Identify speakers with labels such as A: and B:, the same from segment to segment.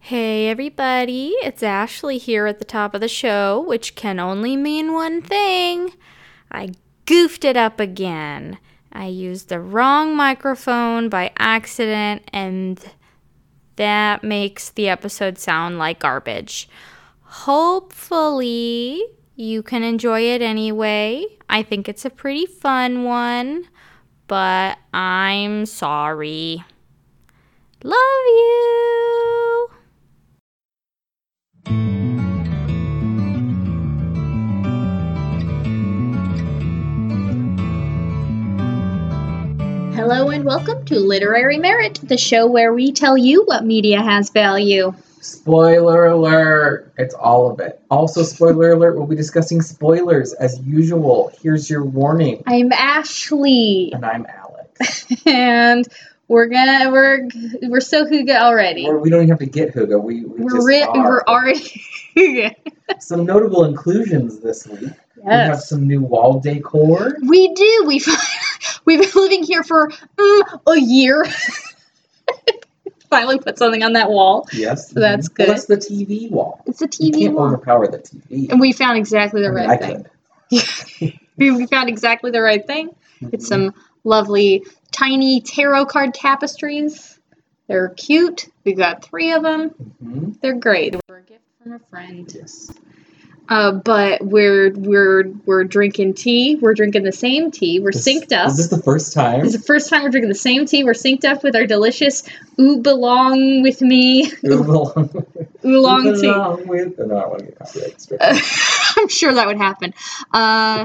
A: Hey everybody, it's Ashley here at the top of the show, which can only mean one thing. I goofed it up again. I used the wrong microphone by accident, and that makes the episode sound like garbage. Hopefully, you can enjoy it anyway. I think it's a pretty fun one, but I'm sorry. Love you!
B: Hello and welcome to Literary Merit, the show where we tell you what media has value.
C: Spoiler alert! It's all of it. Also, spoiler alert, we'll be discussing spoilers as usual. Here's your warning.
B: I'm Ashley,
C: And I'm Alex.
B: and we're gonna we're we're so huga already.
C: Or we don't even have to get Hugo. We, we
B: We're
C: just
B: ri-
C: are.
B: we're already huga.
C: Some notable inclusions this week. We have some new wall decor.
B: we do. We've we've been living here for mm, a year. Finally, put something on that wall.
C: Yes.
B: So that's
C: Well,
B: good.
C: that's the TV wall.
B: It's a
C: You
B: TV
C: can't
B: wall,
C: overpower the TV.
B: and we found exactly the
C: I mean,
B: right
C: I
B: thing.
C: could.
B: We found exactly the right thing. It's
C: Mhm.
B: some lovely tiny tarot card tapestries. They're cute. We've got three of them.
C: Mhm.
B: They're great. We're a gift from a friend.
C: Yes.
B: Uh, but we're we're we're drinking tea. We're drinking the same tea. We're
C: This-
B: synced up.
C: Is this the first time?
B: This is the first time we're drinking the same tea. We're synced up with our delicious "Ooh Belong with Me"
C: Oolong
B: oolong tea.
C: with. No, I want to get copyright strike.
B: I'm sure that would happen. Uh,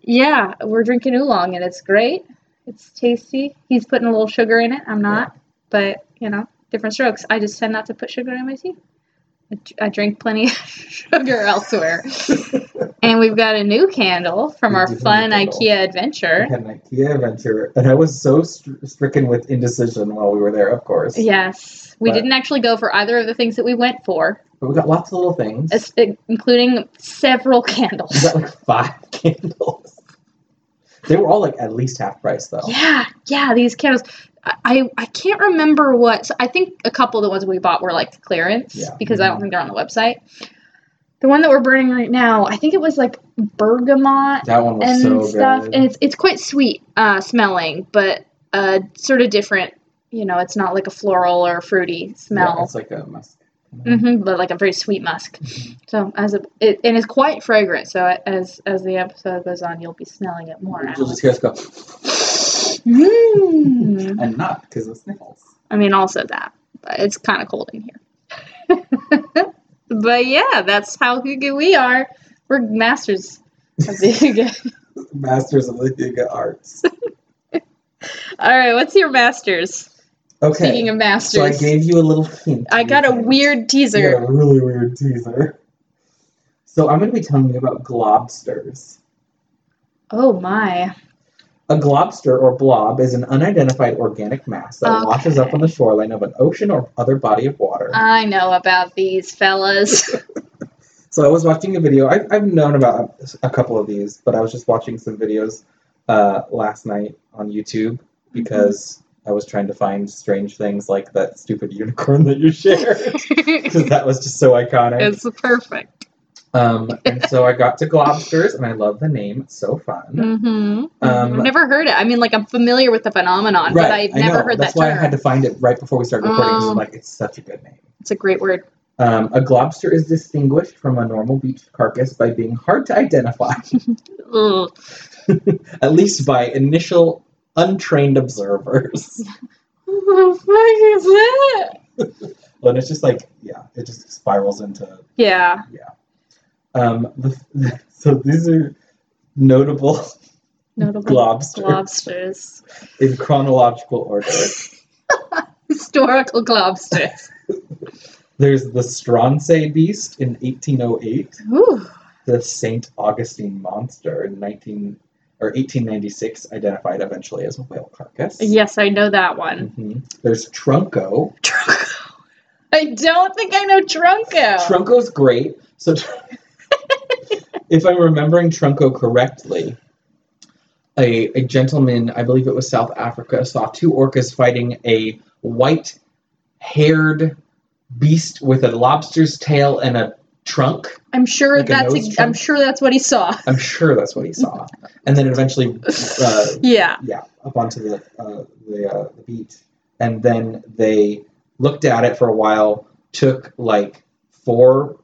B: yeah, we're drinking oolong and it's great. It's tasty. He's putting a little sugar in it. I'm not, but you know, different strokes. I just tend not to put sugar in my tea. I d- I drink plenty of sugar elsewhere. and we've got a new candle from
C: We
B: our
C: do have a
B: fun
C: candle.
B: IKEA adventure.
C: We had an IKEA adventure, and I was so str- stricken with indecision while we were there, of course.
B: Yes, we
C: But-
B: didn't actually go for either of the things that we went for,
C: But we got lots of little things.
B: es- including several
C: We
B: candles.
C: got like five candles. They were all like at least half price, though.
B: Yeah, yeah, these candles. I- I, I can't remember what. so I think a couple of the ones we bought were like clearance
C: Yeah. Mm-hmm.
B: because I don't think they're on the website. The one that we're burning right now, I think it was like bergamot
C: That one was
B: and
C: Oh, so
B: stuff,
C: good.
B: and it's it's quite sweet uh, smelling, but uh, sort of different. You know, it's not like a floral or fruity
C: Yeah,
B: smell,
C: it's like a musk.
B: hmm but like a very sweet musk. So as a, it, and it's quite fragrant. So as as the episode goes on, you'll be smelling it more.
C: You'll just hear us go,
B: Mm.
C: and not because of sniffles.
B: I mean, also that, but it's kind of cold in here. but yeah, that's how Hugo we are. We're masters of the Hugo.
C: Masters of the Giga Arts.
B: All right, what's your masters?
C: Okay.
B: Speaking of
C: so I
B: masters,
C: gave you a little hint.
B: I got a
C: You
B: weird
C: got
B: teaser.
C: a really weird teaser. So I'm going to be telling you about globsters.
B: Oh my.
C: A globster or blob is an unidentified organic mass that
B: Okay. Uh.
C: washes up on the shoreline of an ocean or other body of water.
B: I know about these fellas.
C: so I was watching a video. I've, I've known about a couple of these, but I was just watching some videos uh, last night on YouTube because I was trying to find strange things like that stupid unicorn that you shared
B: it's
C: because that was just so iconic.
B: perfect.
C: Um, and so I got to globsters, and I love the name. It's so fun.
B: Mm-hmm.
C: Um,
B: I've never heard it. I mean, like, I'm familiar with the phenomenon, but I've
C: I
B: never
C: know.
B: heard
C: That's
B: that
C: why
B: term.
C: I had to find it right before we started recording. 'cause I'm
B: Um,
C: like, it's such a good name.
B: It's a great word.
C: Um, a globster is distinguished from a normal beach carcass by being hard to identify,
B: Ugh.
C: at least by initial untrained observers.
B: What the fuck is that?
C: and it's just like, yeah, it just spirals into.
B: Yeah.
C: Um, the, so these are notable
B: Notable.
C: globsters
B: Globsters.
C: in chronological order.
B: Historical globsters.
C: There's the Stransay beast in 1808,
B: Ooh.
C: the St. Augustine monster in 19 or 1896, identified eventually as a whale carcass.
B: Yes, I know that one.
C: Mhm. There's Trunco,
B: I don't think I know Drunko.
C: Trunco's great. So, tr- if I'm remembering Trunco correctly, a, a gentleman, I believe it was South Africa, saw two orcas fighting a white haired beast with a lobster's tail and a trunk.
B: I'm sure
C: Like a
B: that's
C: nose trim?
B: I'm sure that's what he saw.
C: I'm sure that's what he saw. and then eventually, uh,
B: yeah.
C: yeah, up onto the uh, the, uh, the beach, and then they looked at it for a while. Took like four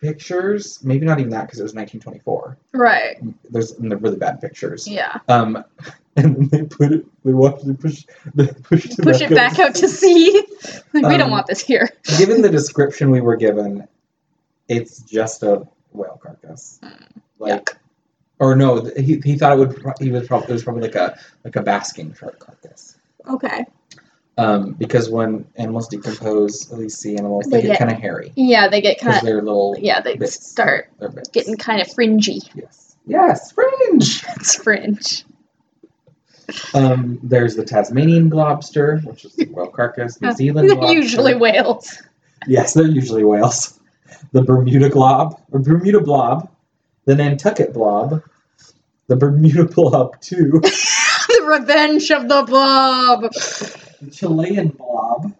C: pictures, maybe not even that because it was 1924.
B: Right.
C: There's and they're really bad pictures.
B: Yeah.
C: Um, and then they put it. They watched. They pushed. They pushed it
B: Push it back out to sea. like we don't
C: Um,
B: want this here.
C: given the description we were given, it's just a whale carcass.
B: Hmm.
C: Like, or no, th- he, he thought it would. pro- He was probably it was probably like a like a basking shark carcass.
B: Okay.
C: Um, because when animals decompose, at least sea animals, they,
B: They
C: get
B: get-
C: kind of hairy
B: Yeah, they get
C: because
B: kind of
C: they're little.
B: yeah, they
C: bits.
B: start
C: They're bits.
B: getting kind of fringy.
C: Yes. Yes, fringe.
B: It's fringe.
C: Um, there's the Tasmanian lobster, which is the whale carcass. New Zealand
B: They're
C: lobster.
B: usually whales.
C: Yes, they're usually whales. The Bermuda glob, or Bermuda blob, the Nantucket blob, the Bermuda blob two,
B: the revenge of the blob.
C: the Chilean blob,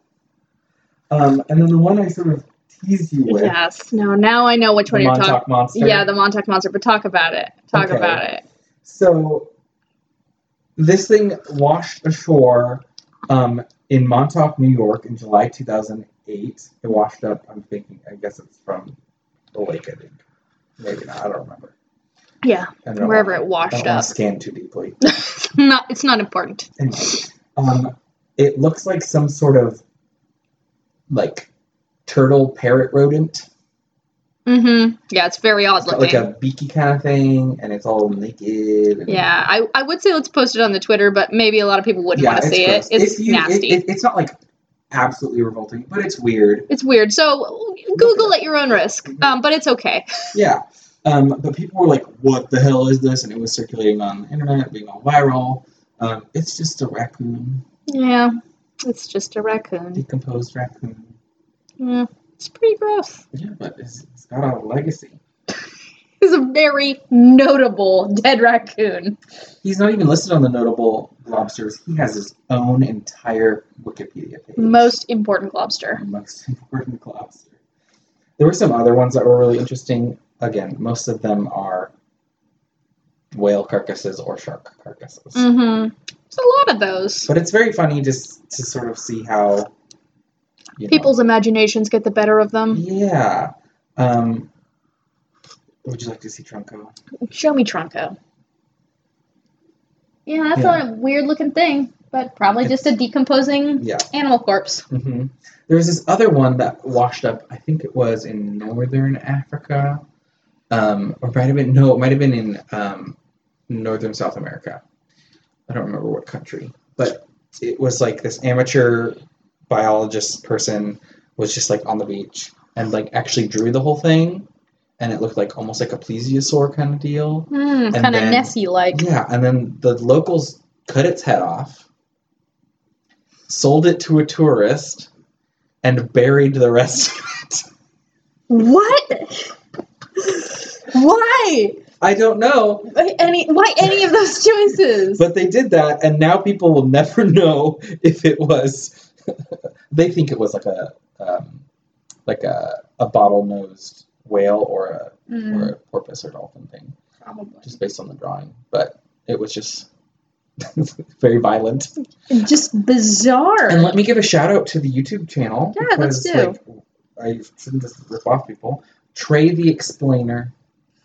C: um, and then the one I sort of teased you with,
B: Yes. No, now I know which
C: the
B: one you're
C: Montauk
B: talking
C: monster.
B: Yeah, the Montauk monster, but talk about it. Talk
C: Okay.
B: about it.
C: So this thing washed ashore um, in Montauk, New York, in July 2008. It washed up. I'm thinking. I guess it's from the lake. I think. Maybe not. I don't remember.
B: Yeah.
C: I don't know
B: Wherever
C: why.
B: it
C: I don't
B: washed
C: wanna
B: up.
C: scan too deeply.
B: Not it's not important.
C: Anyway, um, it looks like some sort of like turtle parrot rodent.
B: Mm-hmm. Yeah, it's very odd
C: It's got
B: looking.
C: like a beaky kind of thing, and it's all naked. and-
B: yeah, I, I would say let's post it on the Twitter, but maybe a lot of people wouldn't
C: Yeah,
B: want to see
C: gross.
B: it. It's
C: If you- it-
B: nasty.
C: it- it's not like absolutely revolting, but it's weird.
B: it's weird. So Google at your own risk.
C: Mm-hmm.
B: Um, but it's okay.
C: Yeah. Um, but people were like, "What the hell is this?" And it was circulating on the internet, being all viral. Um, it's just a raccoon,
B: Yeah, it's just a raccoon.
C: decomposed raccoon.
B: Yeah, Mm, it's pretty gross.
C: Yeah, but it's, it's got a legacy.
B: It's a very notable dead raccoon.
C: He's not even listed on the notable lobsters. He has his own entire Wikipedia page.
B: Most important lobster.
C: most important lobster. There were some other ones that were really interesting. Again, most of them are whale carcasses or shark carcasses.
B: Mm-hmm. It's a lot of those.
C: But it's very funny just to sort of see how you know-
B: People's imaginations get the better of them.
C: yeah. Um, would you like to see Trunco?
B: Show me Tronco. Yeah, that's
C: Yeah.
B: a weird looking thing, but probably just a decomposing
C: Yeah.
B: animal corpse.
C: Mm-hmm. There was this other one that washed up. I think it was in northern Africa, um, or might have been no, it might have been in um, northern South America. I don't remember what country, but it was like this amateur biologist person was just like on the beach and like actually drew the whole thing, and it looked like almost like a plesiosaur kind of deal.
B: Mm,
C: And
B: kind of
C: then-
B: Nessie like.
C: Yeah, and then the locals cut its head off, sold it to a tourist, and buried the rest of it.
B: What? Why?
C: I don't know,
B: Any why any of those choices?
C: but they did that, and now people will never know if it was. they think it was like a um, like a, a bottlenosed whale or a
B: Mm.
C: or a porpoise or dolphin thing,
B: Hmm, probably.
C: just based on the drawing. But it was just very violent.
B: Just bizarre.
C: And let me give a shout out to the YouTube channel.
B: Yeah, let's
C: because, Like, I shouldn't just rip off people. Trey the Explainer.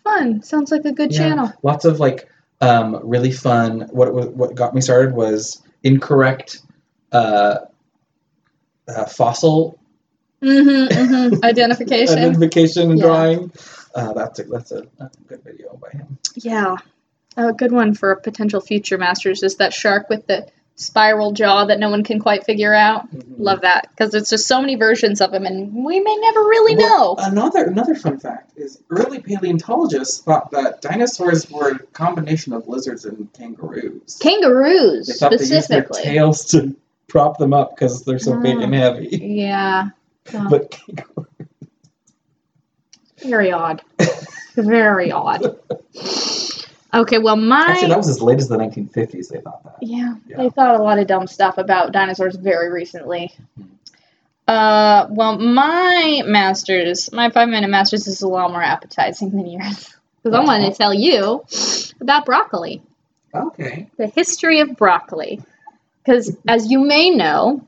B: Fun. Sounds like a good
C: Yeah.
B: channel.
C: Lots of like um, really fun. What wa- what got me started was incorrect uh, uh, fossil
B: Mm-hmm. mm-hmm. Identification.
C: identification and
B: Yeah.
C: drawing. Uh, that's a that's a, that's a good video by him.
B: Yeah. A good one for a potential future masters is that shark with the spiral jaw that no one can quite figure out. Love that because there's just so many versions of them, and we may never really
C: Well,
B: know.
C: Another another fun fact is early paleontologists thought that dinosaurs were a combination of lizards and kangaroos. They
B: Kangaroos
C: thought they used their
B: specifically.
C: tails to prop them up because they're so big and heavy.
B: yeah. Oh,
C: But
B: very odd. very odd. Okay. Well, my
C: actually, that was as late as the 1950s. They thought that.
B: Yeah,
C: Yeah.
B: they thought a lot of dumb stuff about dinosaurs very recently. Uh, well, my master's, my five minute master's is a lot more appetizing than yours. Because I wanted to tell you about broccoli,
C: Okay.
B: the history of broccoli. Because as you may know,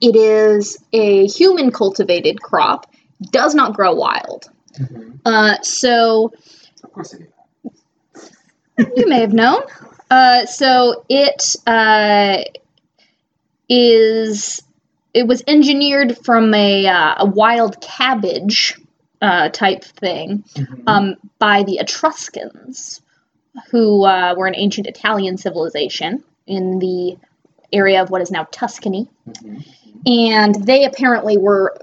B: it is a human cultivated crop, does not grow wild.
C: Mhm.
B: Uh, so
C: Of course I do.
B: you may have known. Uh, so it uh, is. It was engineered from a, uh, a wild cabbage uh, type thing
C: Mhm.
B: um, by the Etruscans, who uh, were an ancient Italian civilization in the area of what is now Tuscany.
C: Mhm.
B: And they apparently were,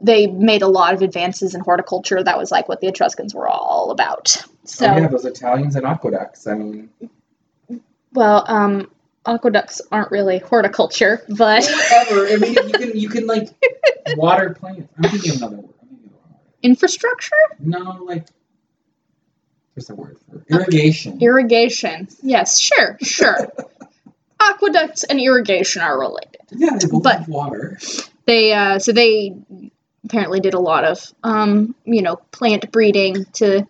B: they made a lot of advances in horticulture. That was like what the Etruscans were all about. So,
C: Oh, yeah, those Italians and aqueducts. I mean,
B: well, um, aqueducts aren't really horticulture, but
C: whatever. I mean, you can you can like water plants. I'm thinking of another word. I'm thinking of another word.
B: infrastructure?
C: No, like there's a word for it. irrigation.
B: Irrigation. Yes, sure, sure. Aqueducts and irrigation are related.
C: yeah, they both
B: but-
C: have water.
B: they uh, so they apparently did a lot of um, you know plant breeding to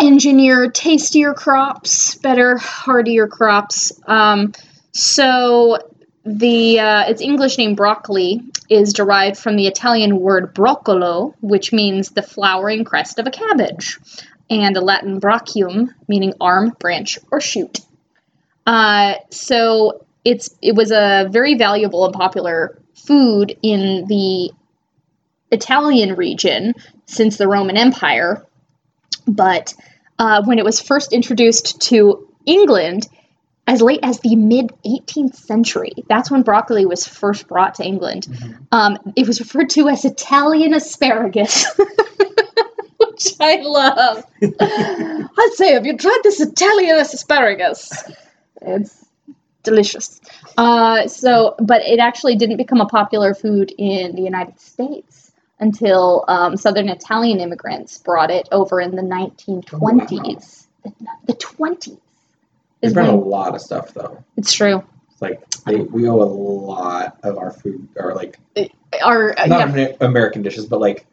B: engineer tastier crops better hardier crops um, so the uh, its english name broccoli is derived from the italian word broccolo which means the flowering crest of a cabbage and the latin brachium meaning arm branch or shoot uh, so it's it was a very valuable and popular food in the Italian region since the Roman Empire, but uh, when it was first introduced to England as late as the mid 18th century, that's when broccoli was first brought to England.
C: Mhm.
B: Um, it was referred to as Italian asparagus, which I love. I'd say, have you tried this Italian asparagus? It's delicious. Uh, so, but it actually didn't become a popular food in the United States until um, Southern Italian immigrants brought it over in the 1920s. The, the 20s
C: They
B: is
C: brought a
B: when
C: lot of stuff though.
B: it's true.
C: It's like they, we owe a lot of our food, or like
B: Our, uh,
C: not
B: yeah,
C: Amer- American dishes, but like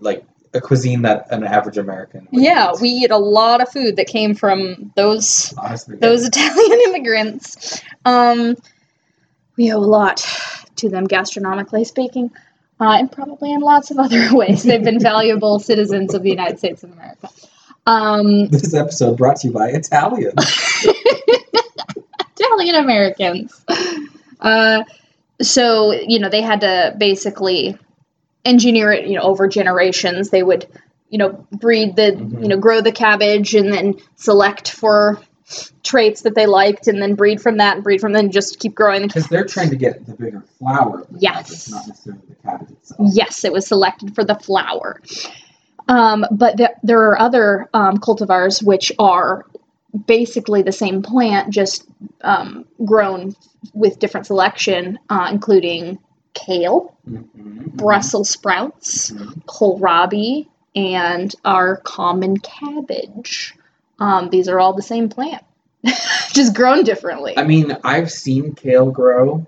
C: like a cuisine that an average American. would
B: yeah,
C: eat.
B: we eat a lot of food that came from those
C: honestly
B: those Italian immigrants. Um, we owe a lot to them gastronomically speaking, uh, and probably in lots of other ways. They've been valuable citizens of the United States of America. Um,
C: This episode brought to you by Italian.
B: Italian Americans. Uh, so you know they had to basically engineer it. You know, over generations they would, you know, breed the,
C: Mhm.
B: you know, grow the cabbage and then select for traits that they liked, and then breed from that and breed from then just keep growing the
C: Because they're trying to get the bigger flower of the
B: Yes.
C: cabbage, not necessarily the cabbage itself.
B: Yes, it was selected for the flower. Um, but th- there are other um, cultivars which are basically the same plant, just um, grown with different selection, uh, including kale,
C: Mhm.
B: Brussels sprouts,
C: Mhm.
B: kohlrabi, and our common cabbage. Um, these are all the same plant, just grown differently.
C: I mean, I've seen kale grow,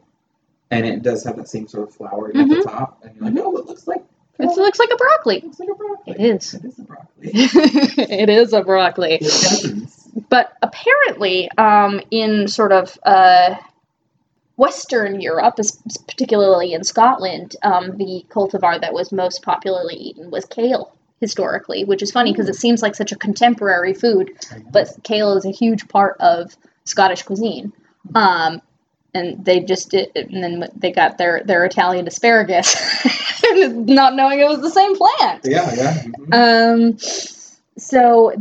C: and it does have that same sort of flowering at the top. And you're like, oh, it looks like kale.
B: it looks Mm-hmm. like a broccoli.
C: It looks like a broccoli.
B: It is.
C: It is a broccoli.
B: it is a broccoli.
C: They're cousins.
B: but apparently um, in sort of uh, western europe is is particularly in scotland um, the cultivar that was most popularly eaten was kale historically which is funny because it seems like such a contemporary food
C: I know.
B: but kale is a huge part of scottish cuisine um, and they just did, and then they got their, their Italian asparagus, not knowing it was the same plant.
C: yeah, yeah. mhm.
B: Um, so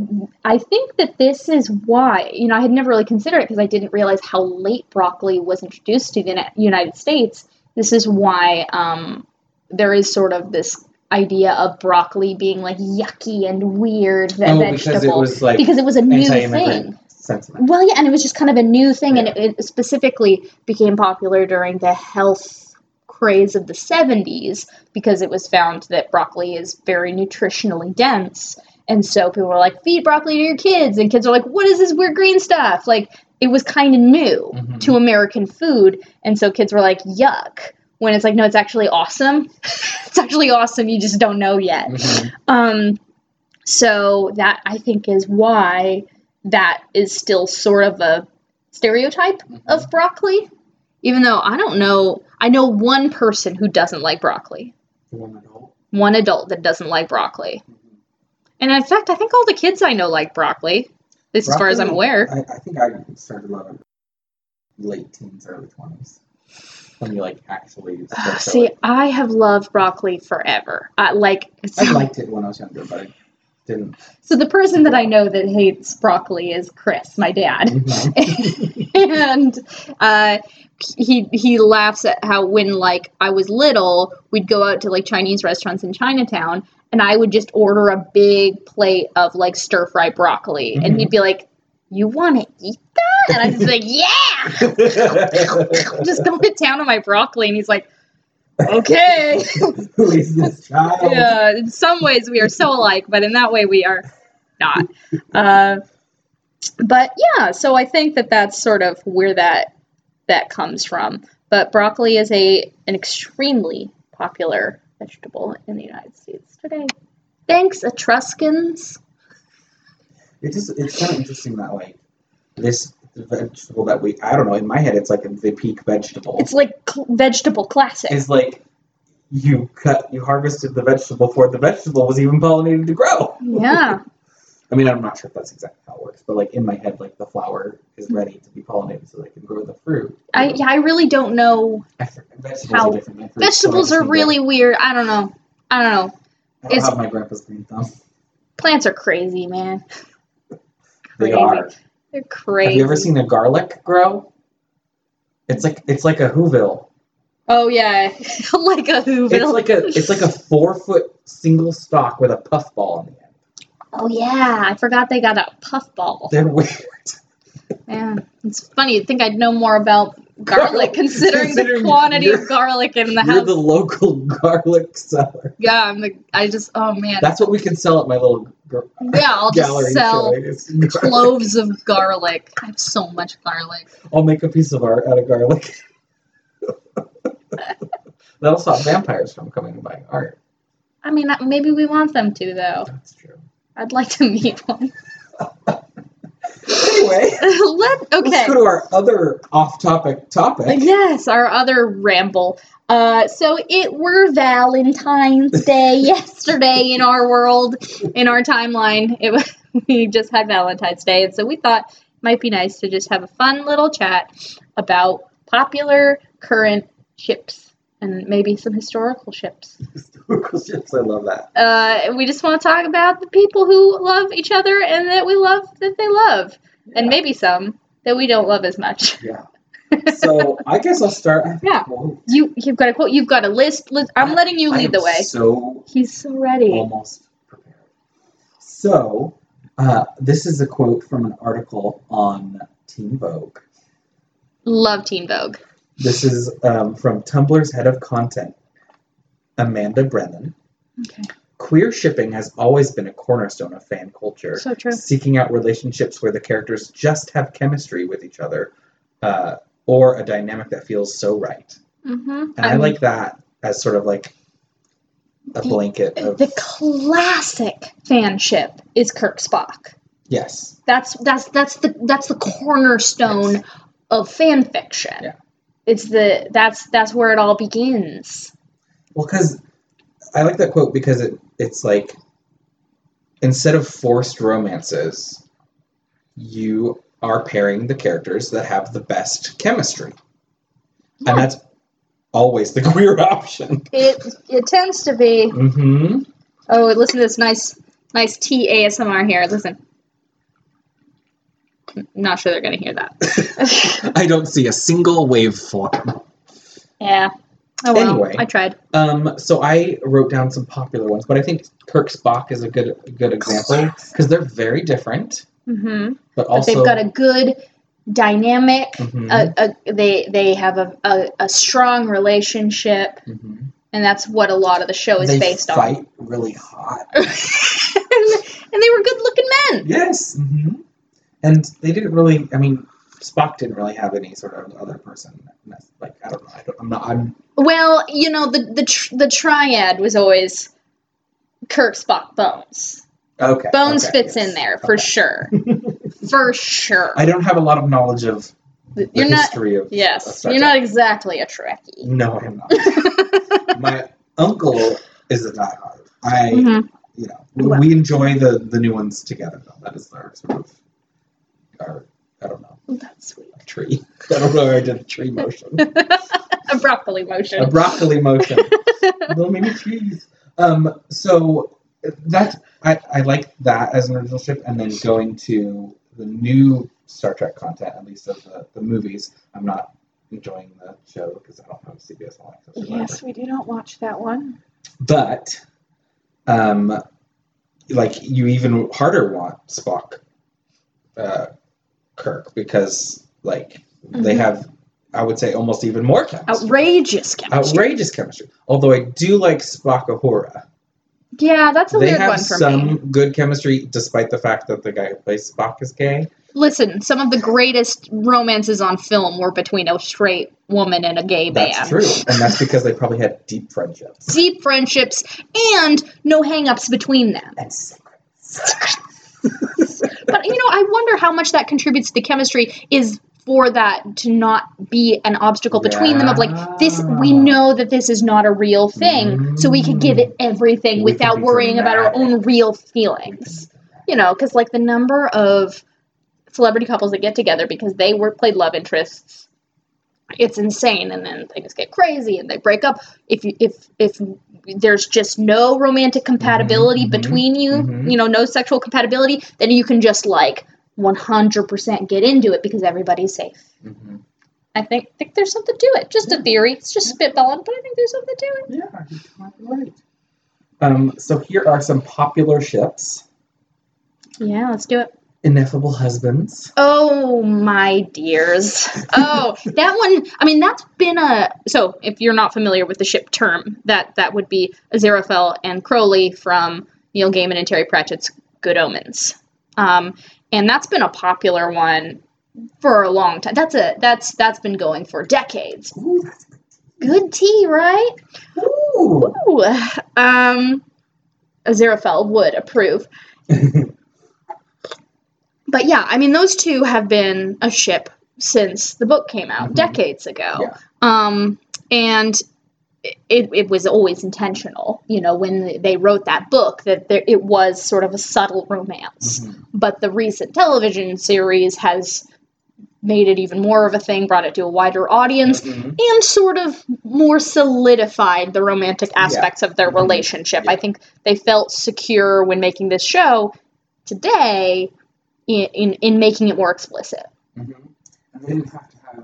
B: I think that this is why, you know, I had never really considered it because I didn't realize how late broccoli was introduced to the Uni- United States. This is why um, there is sort of this idea of broccoli being like yucky and weird that
C: oh,
B: vegetable
C: because it was like
B: because it was a new
C: anti-immigrant
B: thing.
C: sentiment.
B: Well, yeah, and it was just kind of a new thing, and
C: Yeah.
B: it, it specifically became popular during the health craze of the 70s because it was found that broccoli is very nutritionally dense. And so people were like, feed broccoli to your kids. And kids are like, what is this weird green stuff? Like, it was kind of new
C: Mhm.
B: to American food. And so kids were like, yuck, when it's like, no, it's actually awesome. it's actually awesome. You just don't know yet.
C: Mhm.
B: Um, so that I think is why that is still sort of a stereotype of broccoli, even though I don't know. I know one person who doesn't like broccoli,
C: One adult.
B: one adult that doesn't like broccoli.
C: Mhm.
B: And in fact, I think all the kids I know like broccoli, at least as far as I'm
C: Broccoli,
B: aware.
C: I, I think I started loving late teens, early 20s. When you like actually. start to,
B: Ah, See,
C: like-
B: I have loved broccoli forever. I, like, so,
C: I liked it when I was younger, but I didn't.
B: so the person that I know that hates broccoli is Chris, my dad.
C: Mhm.
B: and uh, he he laughs at how when like I was little, we'd go out to like Chinese restaurants in Chinatown, and I would just order a big plate of like stir fried broccoli, and
C: Mhm.
B: he'd be like, "You want to eat that?" And I'd be like, "Yeah!" just go to town on my broccoli, and he's like, "Okay."
C: Who is this child?
B: yeah, in some ways we are so alike, but in that way we are not. Uh, but yeah, so I think that that's sort of where that that comes from. But broccoli is a an extremely popular vegetable in the United States today. Thanks, Etruscans.
C: It just it's kind of interesting that like this vegetable that we I don't know in my head it's like the peak vegetable.
B: It's like cl- vegetable classic.
C: It's like you cut you harvested the vegetable before the vegetable was even pollinated to grow.
B: yeah,
C: I mean I'm not sure if that's exactly how it works, but like in my head like the flower is ready to be pollinated so they can grow the fruit.
B: Mm-hmm. I yeah, I really don't know.
C: I forget- vegetables
B: How-
C: are different. than fruits, so I
B: Vegetables
C: just
B: are
C: need
B: really
C: To,
B: weird. I don't know. I don't know.
C: I don't
B: it's-
C: have my grandpa's green thumb.
B: Plants are crazy, man.
C: They
B: Crazy.
C: are.
B: They're crazy.
C: Have you ever seen a garlic grow? It's like it's like a Whoville.
B: Oh yeah, like a Whoville.
C: It's like a it's like a four foot single stalk with a puff ball on the end.
B: oh yeah, I forgot they got a puffball.
C: They're weird.
B: Yeah, it's funny. You'd think I'd know more about garlic,
C: Garlic,
B: considering,
C: considering
B: the quantity
C: you're-
B: of garlic in the
C: You're
B: house.
C: the local garlic seller.
B: yeah, I'm the, I just oh man.
C: That's what we can sell at my little gar-
B: yeah, I'll
C: gallery
B: just sell
C: showing. is garlic.
B: cloves of garlic. I have so much garlic.
C: I'll make a piece of art out of garlic. That'll stop vampires from coming and buying art.
B: I mean, uh, maybe we want them to though.
C: That's true.
B: I'd like to meet one.
C: Anyway,
B: Let okay.
C: let's go to our other off-topic topic.
B: Uh, Yes, our other ramble. Uh, so it were Valentine's Day yesterday in our world, in our timeline. It was, we just had Valentine's Day, and so we thought it might be nice to just have a fun little chat about popular current ships and maybe some historical ships.
C: Historical ships. I love that.
B: Uh, we just want to talk about the people who love each other and that we love that they love, and maybe some that we don't love as much.
C: Yeah. So I guess I'll start.
B: Yeah.
C: Whoa,
B: You you've got a quote. You've got a list. list I'm letting you
C: I
B: lead
C: am
B: the way.
C: So Oh.
B: He's so ready.
C: almost prepared. So, uh, this is a quote from an article on Teen Vogue.
B: Love Teen Vogue.
C: This is um, from Tumblr's head of content, Amanda Brennan.
B: Okay.
C: Queer shipping has always been a cornerstone of fan culture,
B: So true.
C: seeking out relationships where the characters just have chemistry with each other uh, or a dynamic that feels so right.
B: Mm-hmm.
C: And I, like that as sort of like a
B: The-
C: blanket of.
B: the classic fanship is Kirk Spock.
C: yes.
B: That's that's that's the that's the cornerstone
C: Yes.
B: of fan fiction.
C: Yeah.
B: It's the that's that's where it all begins.
C: Well, because I like that quote because it it's like instead of forced romances, you are pairing the characters that have the best chemistry, and that's always the queer option.
B: It it tends to be.
C: Mm-hmm.
B: Oh, listen to this nice nice T ASMR here. Listen. N- Not sure they're gonna hear that.
C: I don't see a single waveform.
B: Yeah. Oh well.
C: Anyway.
B: I tried.
C: Um, so I wrote down some popular ones, but I think Kirk Spock is a good a good example because they're very different,
B: Mm-hmm.
C: but
B: But
C: also
B: they've got a uh, good dynamic.
C: Mhm,
B: A, a, they they have a, a, a strong relationship,
C: mhm.
B: and that's what a lot of the show is
C: they
B: based
C: fight
B: on.
C: really hot.
B: and, they were good looking men.
C: Mm-hmm. Yes. hmm And they didn't really. I mean, Spock didn't really have any sort of other person. And that's, Like I don't know. I don't, I'm not. I'm
B: Well, you know the the tr- the triad was always Kirk, Spock, Bones.
C: okay.
B: Bones
C: okay,
B: fits
C: yes,
B: in there for
C: okay.
B: sure, for sure.
C: I don't have a lot of knowledge of the
B: You're not.
C: history of. of
B: Yes,
C: Star
B: you're
C: Trek.
B: not exactly a Trekkie.
C: No, I'm not. My uncle is a diehard. I,
B: Mhm.
C: you know, we, we enjoy the the new ones together. Though that is our sort of our I don't know
B: That's sweet.
C: tree. I don't know. where I did a tree motion,
B: A broccoli motion.
C: a broccoli motion, little mini trees. Um, so that I I like that as an original ship, and then going to the new Star Trek content, at least of the, the movies. I'm not enjoying the show because I don't have CBS All Access. or whatever.
B: yes, we do not watch that one.
C: but um like you even harder want spock uh kirk because like they
B: Mhm.
C: have i would say almost even more chemistry
B: Outrageous chemistry.
C: outrageous chemistry although i do like spock ahura
B: yeah, that's a
C: they
B: weird
C: have
B: one for
C: some
B: me.
C: good chemistry despite the fact that the guy who plays spock is gay
B: Listen, some of the greatest romances on film were between a straight woman and a gay
C: that's
B: man.
C: true and that's because they probably had deep friendships
B: Deep friendships and no hang-ups between them.
C: and secret
B: But you know, I wonder how much that contributes to the chemistry is for that to not be an obstacle between them of like this we
C: Yeah.
B: know that this is not a real thing so we could give it everything
C: Mm-hmm. We could
B: without
C: be
B: worrying about our
C: dramatic.
B: own real feelings you know because like the number of celebrity couples that get together because they were played love interests it's insane and then things get crazy and they break up if you if if there's just no romantic compatibility
C: mhm,
B: between you
C: mhm.
B: you know no sexual compatibility then you can just like 100% get into it because everybody's safe
C: Mhm.
B: i think think there's something to it just a theory it's just spitballing but i think there's something to it
C: Yeah, you might be right. Um, so here are some popular ships.
B: yeah let's do it
C: Ineffable Husbands.
B: Oh my dears. Oh, that one I mean that's been a so if you're not familiar with the ship term, that that would be Aziraphale and Crowley from Neil Gaiman and Terry Pratchett's Good Omens. Um, and that's been a popular one for a long time. That's a that's that's been going for decades.
C: Ooh, that's
B: Good tea, right?
C: ooh.
B: Ooh. Um Aziraphale would approve. but yeah, I mean, those two have been a ship since the book came out
C: Mhm.
B: decades ago.
C: Yeah.
B: Um, and it, it was always intentional, you know, when they wrote that book, that there, it was sort of a subtle romance.
C: Mhm.
B: But the recent television series has made it even more of a thing, brought it to a wider audience,
C: Mhm.
B: and sort of more solidified the romantic
C: Yeah.
B: aspects of their
C: Mhm.
B: relationship. I
C: Yeah.
B: think they felt secure when making this show today in, in, in making it more explicit.
C: Mhm. And they didn't have to have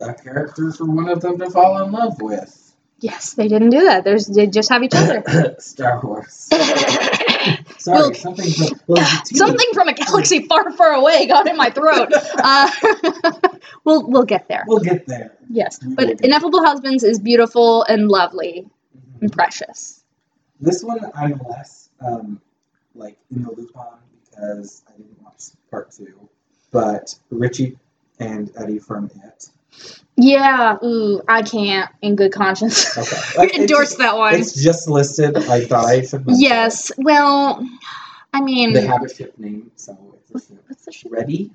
C: a character for one of them to fall in love with.
B: Yes, they didn't do that. There's they just have each other.
C: Star Wars. Sorry,
B: Well-
C: something. from- well, the tea.
B: Something from a galaxy far, far away got in my throat. Uh, we'll we'll get there.
C: We'll get there.
B: Yes,
C: We will
B: but
C: get-
B: Ineffable Husbands is beautiful and lovely
C: Mhm.
B: and precious.
C: This one I'm less um, like in the loop on because I didn't watch part two, but Richie and Eddie from It.
B: Yeah, ooh, I can't in good conscience
C: Okay, Like, it's
B: endorse
C: just-
B: that one.
C: It's just listed. I thought I should. mention
B: Yes. Well, I
C: it.
B: mean,
C: They have a ship name, so it's a ship.
B: what's the shit?
C: Ready?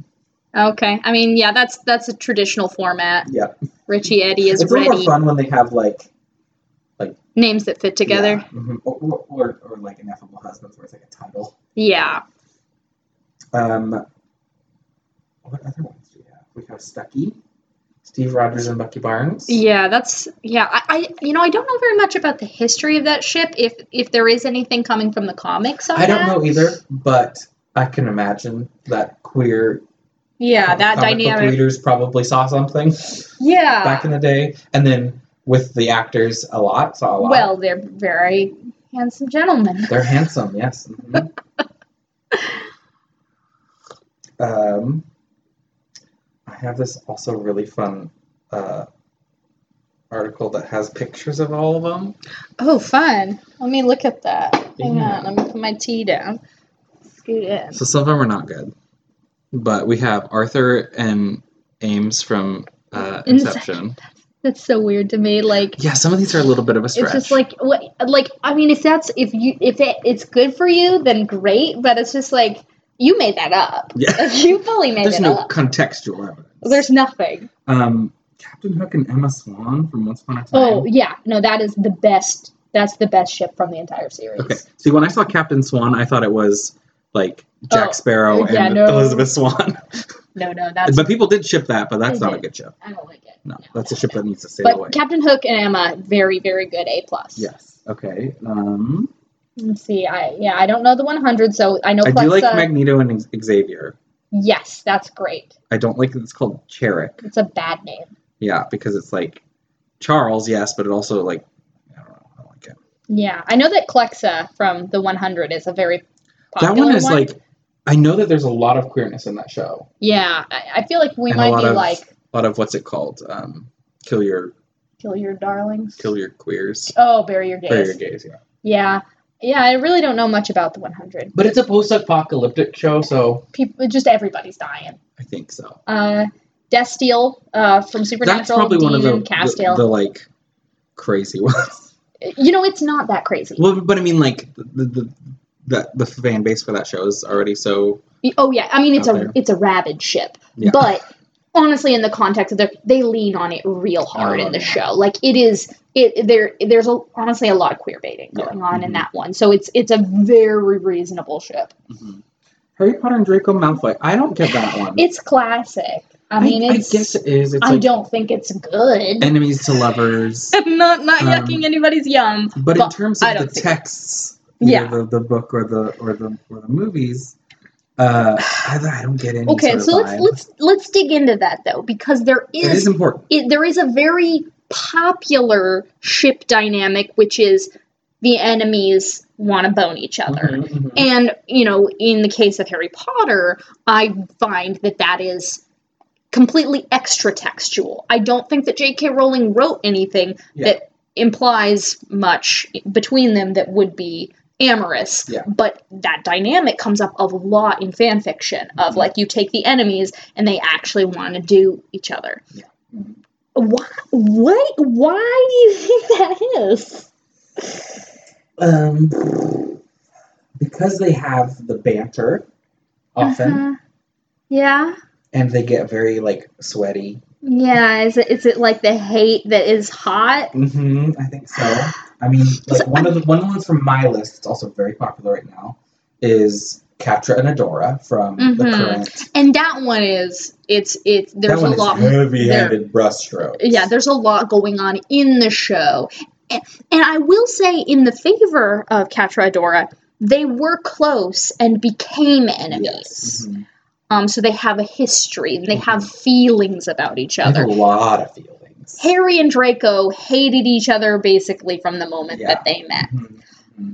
B: Okay. I mean, yeah, that's that's a traditional format.
C: Yeah.
B: Richie Eddie is
C: it's a little
B: ready.
C: more fun when they have like
B: Names that fit together.
C: yeah, mhm, or, or, or, or like ineffable husbands, where it's like a title.
B: Yeah.
C: Um, what other ones do we have? We have Stucky, Steve Rogers, and Bucky Barnes.
B: Yeah, that's yeah. I, I you know I don't know very much about the history of that ship. If if there is anything coming from the comics on
C: I don't
B: that.
C: know either, but I can imagine that queer
B: Yeah,
C: com-
B: that
C: comic book
B: dynamic.
C: readers probably saw something
B: Yeah.
C: back in the day, and then with the actors, a lot saw a lot.
B: well, they're very handsome gentlemen.
C: They're handsome, yes. Mhm. um, I have this also really fun uh, article that has pictures of all of them.
B: Oh, fun. Let me look at that. Hang
C: Yeah.
B: on. Let me put my tea down. Scoot in.
C: So some of them are not good. But we have Arthur and Ames from uh,
B: Inception.
C: Inception.
B: That's so weird to me. Like
C: Yeah, some of these are a little bit of a stretch.
B: it's just like what like I mean if that's if you if it, it's good for you then great, but it's just like you made that up.
C: yeah.
B: You fully made
C: There's
B: it
C: no
B: up.
C: contextual evidence.
B: There's nothing.
C: um, Captain Hook and Emma Swan from Once Upon a Time.
B: Oh yeah, no, that is the best. That's the best ship from the entire series.
C: Okay. See, when I saw Captain Swan, I thought it was like Jack
B: Oh,
C: Sparrow and
B: yeah, no.
C: Elizabeth Swan.
B: No, no, that's
C: but people did ship that, but that's
B: They
C: not a
B: did.
C: good ship.
B: I don't like it.
C: No, that's a ship that needs to sail away.
B: But Captain Hook and Emma, very, very good. A plus.
C: yes. Okay. Um,
B: Let's see, I yeah, I don't know the 100, so I know
C: I do like
B: Plexa-
C: Magneto and Xavier.
B: yes, that's great.
C: I don't like that it's called Cheric.
B: It's a bad name.
C: Yeah, because it's like Charles, yes, but it also like I don't know. I don't like it.
B: Yeah, I know that Clexa from the 100 is a very
C: That
B: popular
C: one is like I know that there's a lot of queerness in that show.
B: yeah. I, I feel like we
C: And a
B: might
C: lot
B: be
C: of-
B: like
C: A lot of what's it called? Um, kill your
B: kill your darlings.
C: kill your queers.
B: oh, bury your gays.
C: Or your gays, yeah.
B: Yeah, yeah. I really don't know much about the 100.
D: But it's a post-apocalyptic show, so
B: People, just everybody's dying.
C: I think so.
B: Uh, Destiel uh, from Supernatural.
C: That's probably one of the,
B: Dean
C: the
B: Castiel.
C: the like crazy ones.
B: you know, it's not that crazy.
C: well, but I mean, like the the, the that the fan base for that show is already so.
B: Oh yeah, I mean it's
C: Out
B: a
C: there.
B: it's a rabid ship,
C: Yeah.
B: but honestly, in the context of the, they lean on it real hard
C: Oh,
B: in the
C: yeah.
B: show. Like it is it there. There's a, honestly a lot of queer baiting
C: Yeah,
B: going on in
C: mhm.
B: that one, so it's it's a very reasonable ship.
C: Mm-hmm. Harry Potter and Draco Malfoy. I don't get that one.
B: It's classic. I mean, it's. I,
C: guess it is. It's like
B: don't think it's good.
C: enemies to lovers.
B: not not
C: um,
B: yucking anybody's yum.
C: But, in
B: But
C: terms
B: I
C: of the
B: don't think-
C: texts,
B: Yeah.
C: either the, the book or the or the or the movies, uh, I, I don't get any.
B: Okay,
C: sort of
B: so let's
C: vibe.
B: let's let's dig into that though, because there
C: It is important.
B: it, there is a very popular ship dynamic, which is the enemies want to bone each other. And, you know, in the case of Harry Potter, I find that that is completely extra textual. I don't think that J.K. Rowling wrote anything
C: Yeah.
B: that implies much between them that would be amorous.
C: Yeah.
B: But that dynamic comes up a lot in fan fiction of
C: Mhm.
B: like you take the enemies and they actually want to do each other.
C: Yeah.
B: Why, what? Why do you think that is?
C: Um, because they have the banter often,
B: Uh-huh. Yeah.
C: and they get very like sweaty.
B: Yeah, is it is it like the hate that is hot?
C: Mm-hmm, I think so. I mean, like
B: So-
C: one of the one of the ones from my list that's also very popular right now is Catra and Adora from the
B: Mhm.
C: current.
B: And that one is it's it's there's
C: that one
B: a lot
C: is heavy-handed brushstrokes.
B: yeah, there's a lot going on in the show. And, and I will say in the favor of Catra Adora, they were close and became enemies.
C: Yes. Mhm.
B: Um so they have a history and they have
C: Mhm.
B: feelings about each
C: I have
B: other.
C: a lot of feelings.
B: Harry and Draco hated each other basically from the moment
C: Yeah.
B: that they met.
C: Mhm.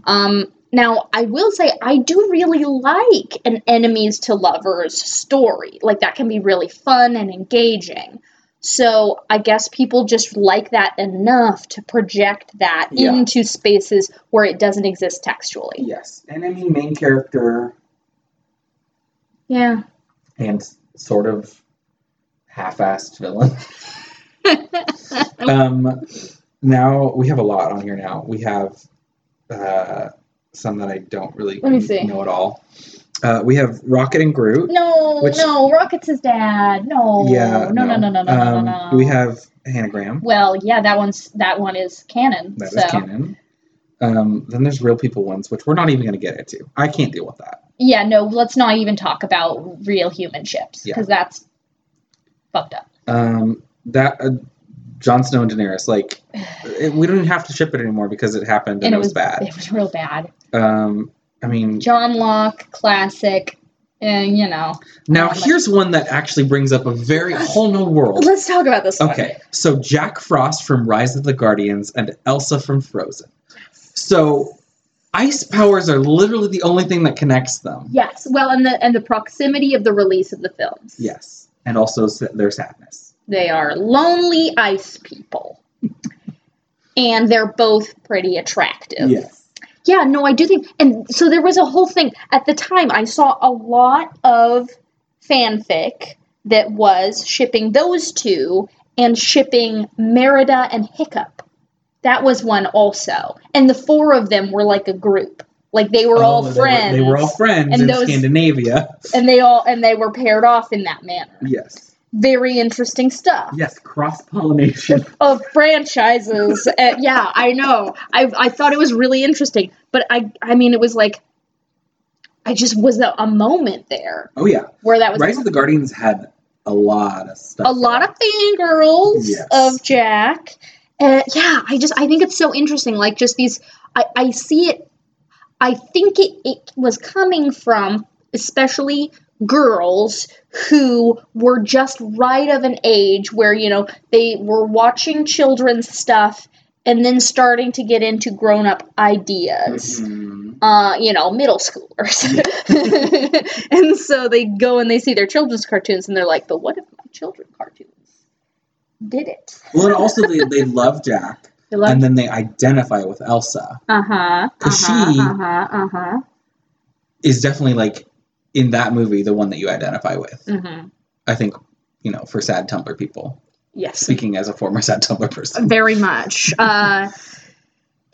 B: Um, now, I will say I do really like an enemies to lovers story. Like that can be really fun and engaging. So I guess people just like that enough to project that
C: Yeah.
B: into spaces where it doesn't exist textually.
C: Yes, and I mean main character
B: Yeah.
C: and sort of half-assed villain. um, now we have a lot on here. Now we have uh, some that I don't really
B: Let me see.
C: know at all. Uh, we have Rocket and Groot.
B: no,
C: Which-
B: no, Rocket's his dad. No.
C: yeah,
B: No, no, no, no, no, no,
C: Um,
B: no, no.
C: We have Hanagram.
B: Well, yeah, that one's that one is canon.
C: That is
B: so
C: canon. Um, then there's real people ones, which we're not even going to get into. I can't deal with that.
B: yeah, no, let's not even talk about real human ships
C: Yeah.
B: because that's fucked up.
C: Um, that uh, Jon Snow and Daenerys, like it, we don't even have to ship it anymore because it happened and, it was, bad.
B: It was real bad.
C: Um, I mean,
B: John Locke, classic, and you know.
C: Now,
B: Um,
C: here's one that actually brings up a very a whole new world.
B: Let's talk about this
C: Okay, so Jack Frost from Rise of the Guardians and Elsa from Frozen. So, ice powers are literally the only thing that connects them.
B: Yes. Well, and the and the proximity of the release of the films.
C: Yes, and also s- their sadness.
B: They are lonely ice people. and they're both pretty attractive.
C: Yes.
B: Yeah, no, I do think and so there was a whole thing at the time I saw a lot of fanfic that was shipping those two and shipping Merida and Hiccup. That was one also. And the four of them were like a group. Like they were all
C: Oh, they
B: friends.
C: They were all friends
B: And
C: in
B: those-
C: Scandinavia.
B: and they all and they were paired off in that manner.
C: Yes.
B: Very interesting stuff.
C: Yes, cross pollination.
B: of franchises. Uh, yeah, I know. I I thought it was really interesting, but I I mean it was like I just was a, a moment there
C: Oh, yeah.
B: where that was
C: Rise of the Guardians had a lot of stuff.
B: a lot of fangirls
C: Yes.
B: of Jack. Uh, yeah, I just I think it's so interesting. Like just these, I I see it. I think it it was coming from especially girls who were just right of an age where you know they were watching children's stuff and then starting to get into grown up ideas
C: Mhm.
B: uh, you know, middle schoolers. and so they go and they see their children's cartoons and they're like, but what if my children cartoons did it?
C: Well, and also they, they love Jack,
B: They love
C: and then they identify with Elsa.
B: uh-huh, uh-huh,
C: 'Cause she-
B: uh-huh, uh-huh,
C: Is definitely like in that movie the one that you identify with.
B: hmm
C: I think you know for sad Tumblr people.
B: Yes,
C: Speaking as a former sad Tumblr person.
B: very much. Uh,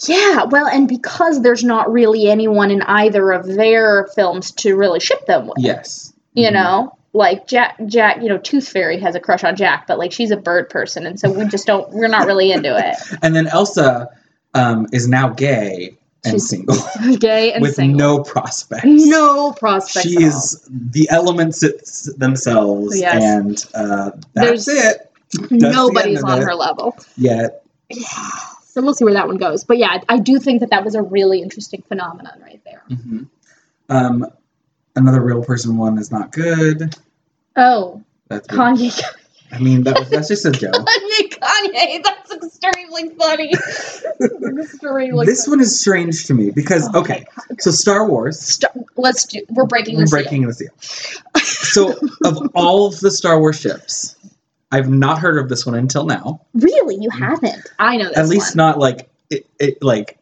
B: yeah, well, and because there's not really anyone in either of their films to really ship them with.
C: Yes.
B: you
C: Mhm.
B: know like jack jack you know tooth fairy has a crush on jack but like she's a bird person and so we just don't we're not really into it
C: And then Elsa um, is now gay and
B: She's
C: single
B: gay and
C: with
B: single
C: no prospects.
B: no prospects
C: She
B: at all.
C: is the elements it's- themselves,
B: Yes.
C: and uh, that's
B: There's-
C: it the
B: nobody's
C: end of
B: on
C: it.
B: her level
C: yet.
B: so we'll see where that one goes but yeah i do think that that was a really interesting phenomenon right there
C: Mhm. Um, another real person one is not good.
B: oh
C: That's me.
B: kanye
C: I mean, that, was- that's just a joke.
B: kanye kanye that's extremely funny extremely
C: this
B: funny.
C: one is strange to me because,
B: Oh my
C: okay,
B: God.
C: so Star Wars,
B: St- let's do we're breaking
C: we're
B: this
C: breaking the seal. So, of all of the Star Wars ships, I've not heard of this one until now.
B: really you haven't i know this
C: Mm. At least
B: one.
C: not like it, it like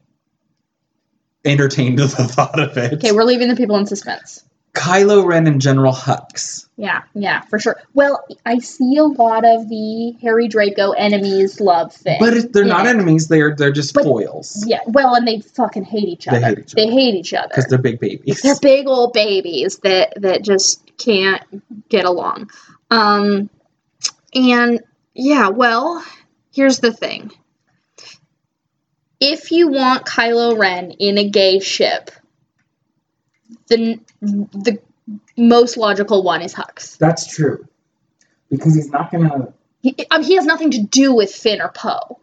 C: entertained the thought of it.
B: okay we're leaving the people in suspense
C: Kylo Ren and General Hux.
B: Yeah, yeah, for sure. Well, I see a lot of the Harry Draco enemies love thing.
C: But it, they're
B: in
C: not
B: it.
C: enemies. They're they're just
B: But-
C: foils
B: yeah, well, and they fucking hate each
C: They
B: other.
C: hate each
B: They
C: other.
B: hate each other.
C: because they're big babies.
B: They're big old babies that that just can't get along. Um, and yeah, well, here's the thing. If you want Kylo Ren in a gay ship, then the most logical one is Hux.
C: That's true. Because he's not gonna.
B: He, um, he has nothing to do with Finn or Poe.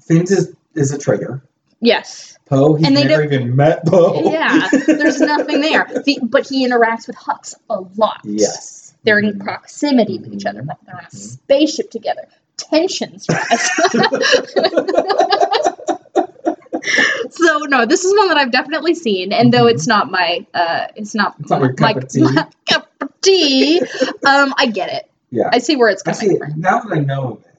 C: Finn's is, is a traitor.
B: Yes.
C: Poe, he's
B: And they
C: never even met Poe.
B: Yeah. There's nothing there. The, but he interacts with Hux a lot.
C: Yes. Mm-hmm.
B: They're in proximity with each other. Like they're on a spaceship together. Tensions rise. so no, this is one that I've definitely seen, and though it's not my, uh, it's not,
C: Mm-hmm. It's not your
B: my,
C: cup of tea.
B: my cup of tea, um, I get it.
C: Yeah.
B: I see where it's
C: I
B: coming
C: see. it.
B: from.
C: Now that I know of it,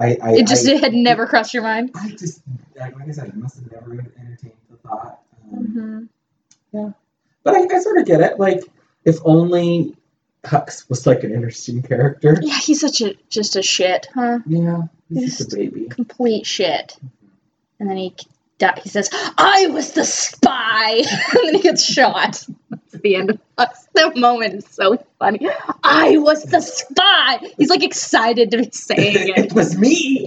C: I I
B: It just
C: I,
B: it had never crossed your mind.
C: I just like I said, I must have never entertained the thought. Um,
B: Mm-hmm.
C: But I, I sort of get it. Like, if only Hux was like an interesting character.
B: Yeah, he's such a just a shit, huh?
C: Yeah, he's just a baby.
B: Complete shit. And then he die, he says, "I was the spy," and then he gets shot. It's the end of us. That moment is so funny. I was the spy. He's like excited to be saying it.
C: it was me.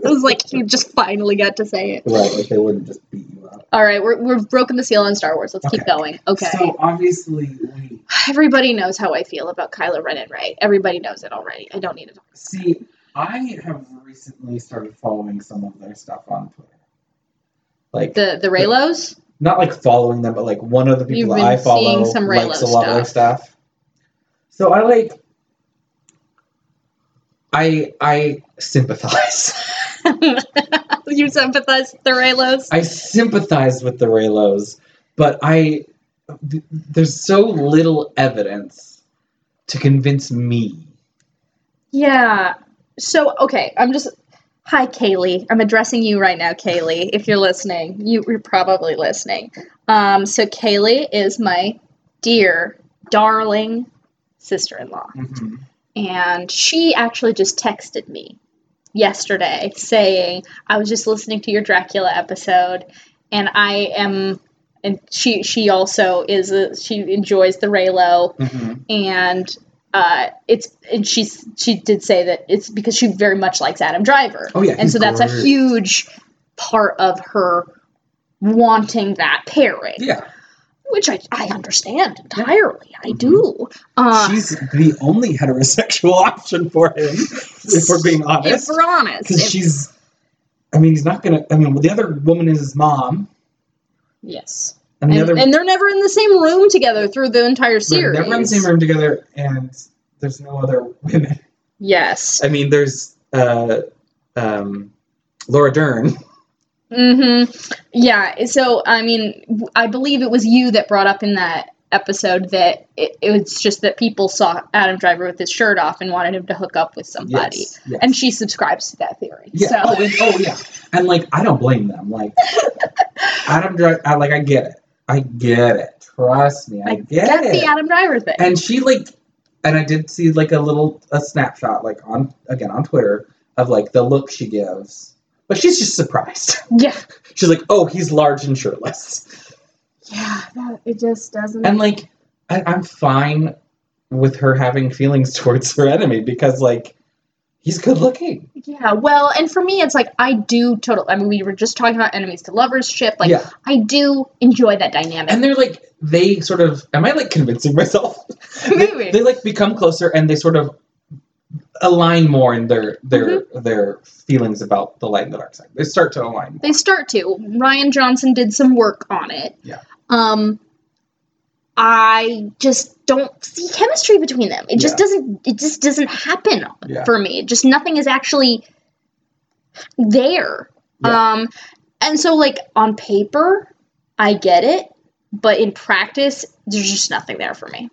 B: It was like he just finally got to say it.
C: Right, like they wouldn't just beat you up.
B: All right, we're, we've broken the seal on Star Wars. Let's keep
C: Okay.
B: going. Okay.
C: So obviously we
B: Everybody knows how I feel about Kylo Ren and Ray. Everybody knows it already. I don't need to talk.
C: see. I have recently started following some of their stuff on Twitter. Like
B: The the Raylos.
C: not like following them, but like one of the
B: You've
C: people that
B: been
C: I follow
B: seeing some
C: likes a
B: Raylo
C: lot of their stuff. So I like, I I sympathize.
B: you sympathize with the Raylos?
C: I sympathize with the Raylos, but I th- there's so little evidence to convince me.
B: Yeah. So okay, I'm just hi Kaylee. I'm addressing you right now, Kaylee. If you're listening, you, you're probably listening. Um, so Kaylee is my dear darling sister in law.
C: Mhm.
B: And she actually just texted me yesterday saying, I was just listening to your Dracula episode and I am and she she also is a, she enjoys the Raylo
C: Mhm.
B: and uh, it's and she's she did say that it's because she very much likes Adam Driver.
C: Oh, yeah,
B: and
C: he's
B: so that's a
C: great.
B: huge part of her wanting that pairing,
C: Yeah,
B: which I, I understand entirely.
C: Mm-hmm.
B: I do. Uh,
C: she's the only heterosexual option for him, if we're being
B: if
C: honest.
B: we're honest,
C: Because
B: if-
C: she's, I mean, he's not gonna. I mean, the other woman is his mom,
B: yes,
C: and
B: and,
C: the other
B: and they're never in the same room together through the entire series.
C: they're never in the same room together, and there's no other women.
B: Yes.
C: I mean, there's uh, um, Laura Dern.
B: Mm-hmm. Yeah. So, I mean, w- I believe it was you that brought up in that episode that it, it was just that people saw Adam Driver with his shirt off and wanted him to hook up with somebody.
C: Yes, yes.
B: And she subscribes to that theory.
C: Yeah.
B: So,
C: Oh, and- oh, yeah. And like, I don't blame them. Like, Adam Driver. I, like, I get it. I get it. Trust me, I,
B: I
C: get,
B: that's
C: it.
B: the Adam Driver thing.
C: and she like, and I did see like a little a snapshot like on again on Twitter of like the look she gives, but she's just surprised.
B: yeah.
C: she's like, oh, he's large and
B: Mm-hmm.
C: shirtless,
B: Yeah. That, it just doesn't.
C: and like, I, I'm fine with her having feelings towards her enemy because like, he's good looking.
B: yeah. Well, and for me, it's like, I do total. I mean, we were just talking about enemies to lovers ship. Like,
C: yeah.
B: I do enjoy that dynamic.
C: And they're like, they sort of. Am I like convincing myself?
B: Maybe.
C: they like become closer and they sort of align more in their their
B: Mm-hmm.
C: their feelings about the light and the dark side. They start to align.
B: They start to. Ryan Johnson did some work on it.
C: Yeah.
B: Um I just don't see chemistry between them. It just
C: Yeah.
B: doesn't it just doesn't happen
C: Yeah.
B: for me. It just nothing is actually there.
C: Yeah.
B: Um and so like on paper, I get it, but in practice, there's just nothing there for me.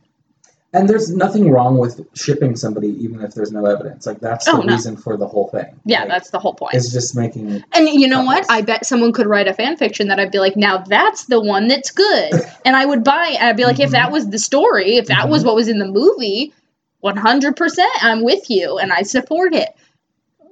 C: And there's nothing wrong with shipping somebody even if there's no evidence. Like that's the
B: Oh, no.
C: reason for the whole thing.
B: Yeah,
C: Like,
B: that's the whole point.
C: it's just making
B: And you know what?
C: couples.
B: I bet someone could write a fan fiction that I'd be like, now that's the one that's good. And I would buy it. I'd be like, if
C: Mm-hmm.
B: that was the story, if that was what was in the movie, 100% I'm with you and I support it.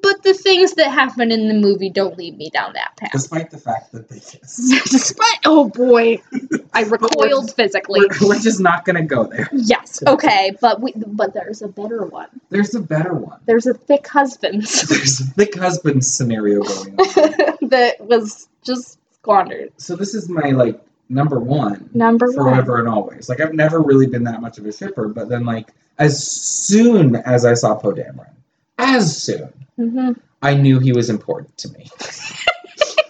B: But the things that happen in the movie don't lead me down that path.
C: despite the fact that they kiss.
B: Despite, oh boy, I recoiled
C: just-
B: physically.
C: We're, we're just not gonna go there.
B: Yes, okay, but we, but there's a better one.
C: There's a better one.
B: There's a thick husband
C: There's a thick husband scenario going on.
B: that was just squandered.
C: so this is my like number one.
B: Number one.
C: forever and always. Like I've never really been that much of a shipper, but then like as soon as I saw Poe Dameron, as soon
B: hmm
C: I knew he was important to me.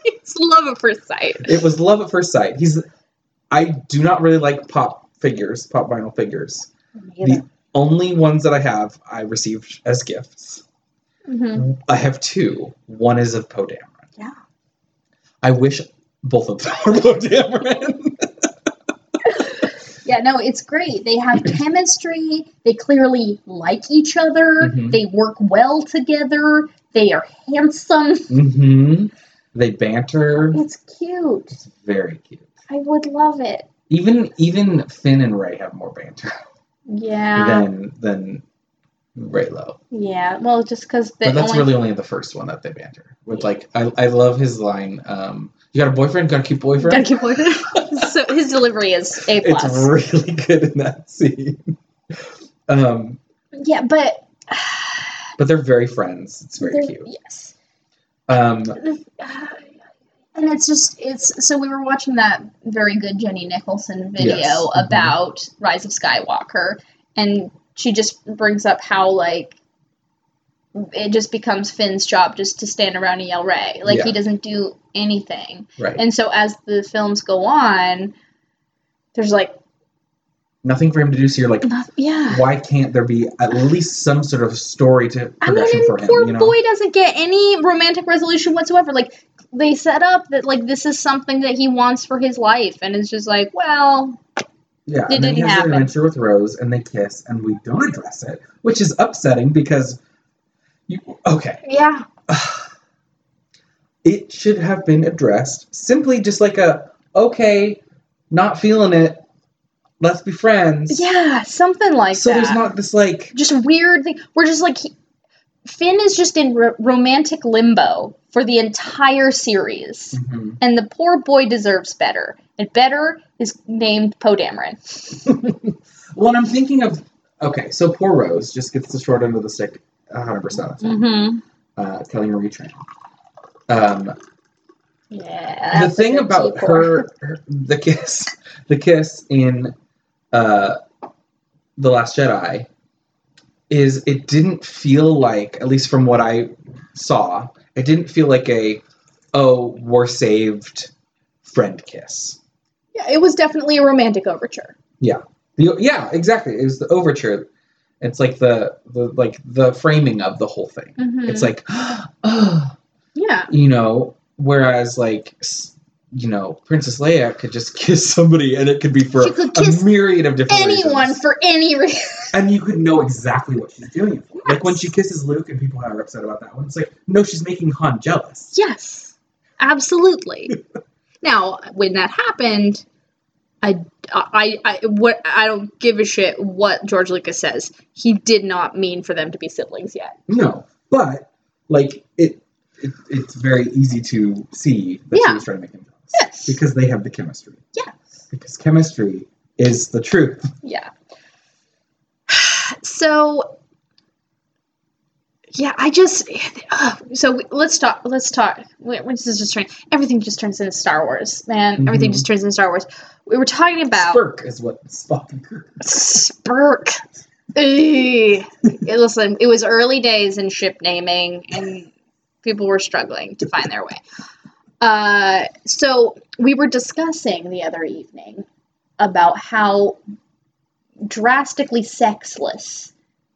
B: It's love at first sight.
C: It was love at first sight. He's I do not really like pop figures, pop vinyl figures. The only ones that I have I received as gifts.
B: Mm-hmm.
C: I have two. One is of Poe Dameron.
B: Yeah.
C: I wish both of them were Poe Dameron.
B: Yeah, no, it's great. They have chemistry. They clearly like each other.
C: Mhm.
B: They work well together. They are handsome.
C: mm-hmm. They banter.
B: It's cute.
C: It's very cute.
B: I would love it.
C: Even even Finn and Ray have more banter
B: Yeah.
C: than than Raylo.
B: Yeah. Well, just because they
C: But that's
B: only.
C: really only the first one that they banter. With like I, I love his line, um, you got a boyfriend, got a cute boyfriend.
B: Dunkin' Boy- so his delivery is a
C: It's
B: plus.
C: really good in that scene. um,
B: yeah, but
C: but they're very friends. It's very
B: they're-
C: cute.
B: yes.
C: Um,
B: and it's just it's so we were watching that very good jenny nicholson video
C: Yes. Mhm.
B: about rise of skywalker and she just brings up how like it just becomes finn's job just to stand around and yell ray like he
C: Yeah.
B: doesn't do anything
C: right.
B: and so as the films go on there's like
C: Nothing for him to do, so you're like,
B: nothing, yeah
C: why can't there be at least some sort of story to
B: I mean,
C: progression
B: and
C: for him?
B: poor
C: you know?
B: boy doesn't get any romantic resolution whatsoever. Like they set up that like this is something that he wants for his life, and it's just like, well,
C: Yeah,
B: It
C: and then he has
B: didn't happen.
C: an adventure with Rose, and they kiss, and we don't address it, which is upsetting because you okay.
B: yeah,
C: It should have been addressed simply just like a okay, not feeling it. let's be friends.
B: Yeah, something like
C: so
B: that.
C: there's not this like
B: just weird thing. We're just like he- Finn is just in ro- romantic limbo for the entire series,
C: mhm.
B: and the poor boy deserves better. And better is named Poe Dameron.
C: Well, and I'm thinking of okay, so poor Rose just gets the short end of the stick 100 percent of the time.
B: Mm-hmm.
C: Uh, Kelly Marie Tran. Um,
B: Yeah.
C: the thing about her, her, the kiss, the kiss in uh, the Last Jedi, is it didn't feel like, at least from what I saw, it didn't feel like a oh we're saved friend kiss.
B: Yeah, it was definitely a romantic overture.
C: The- yeah, exactly. It was the overture. It's like the, the like the framing of the whole thing.
B: Mm-hmm.
C: It's like, oh,
B: yeah.
C: you know, whereas like, s- you know, Princess Leia could just kiss somebody and it could be for
B: She could kiss
C: a myriad of different
B: Anyone
C: reasons.
B: for any reason.
C: and you could know exactly what she's doing. it for. Like when
B: Yes.
C: she kisses Luke and people are upset about that one. It's like, no, she's making Han jealous.
B: Yes, absolutely. now, when that happened, I, I, I, what, I don't give a shit what George Lucas says. He did not mean for them to be siblings yet.
C: No, but like it, it it's very easy to see that
B: Yeah.
C: she was trying to make him jealous
B: Yes.
C: because they have the chemistry.
B: yes.
C: Because chemistry is the truth.
B: Yeah. So, yeah, I just uh, so we- let's talk. Let's talk. Wait, This is just turning. Everything just turns into Star Wars, man. Everything
C: Mhm.
B: just turns into Star Wars. We were talking about
C: Spurk is what Spock and Kirk.
B: Spurk. Ugh. Listen, it was early days in ship naming, and people were struggling to find their way. Uh, so we were discussing the other evening about how drastically sexless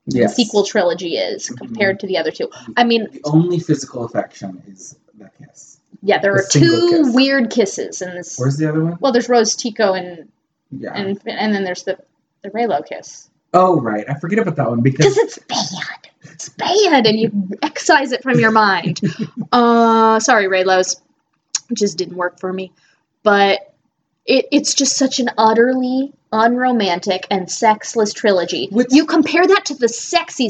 C: Yes. Mm-hmm.
B: the sequel trilogy is compared to the other two. I mean,
C: The only physical affection is that kiss.
B: yeah, there
C: The
B: are
C: single
B: two
C: kiss.
B: weird kisses in this.
C: Where's the other one?
B: well, there's Rose Tico and
C: Yeah.
B: and and then there's the the Raylo kiss.
C: oh right, I forget about that one because
B: because it's bad. It's bad, and you excise it from your mind. uh, sorry, Raylos, it just didn't work for me. But it, it's just such an utterly unromantic and sexless trilogy.
C: Which-
B: you compare that to the sexy,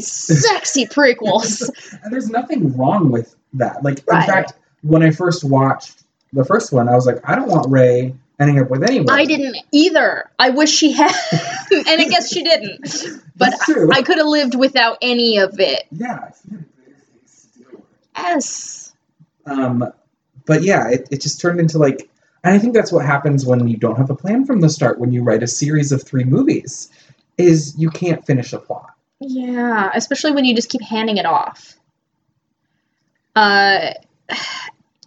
B: sexy prequels.
C: and there's nothing wrong with that. Like
B: Right.
C: in fact, when I first watched the first one, I was like, I don't want Ray ending up with anyone.
B: I didn't either. I wish she had, and I guess she didn't. But
C: That's true.
B: I could have lived without any of it.
C: yeah. it's been a big things to deal with.
B: Yes.
C: Um, but yeah, it, it just turned into like, and I think that's what happens when you don't have a plan from the start. When you write a series of three movies, is you can't finish a plot.
B: Yeah, especially when you just keep handing it off. Uh,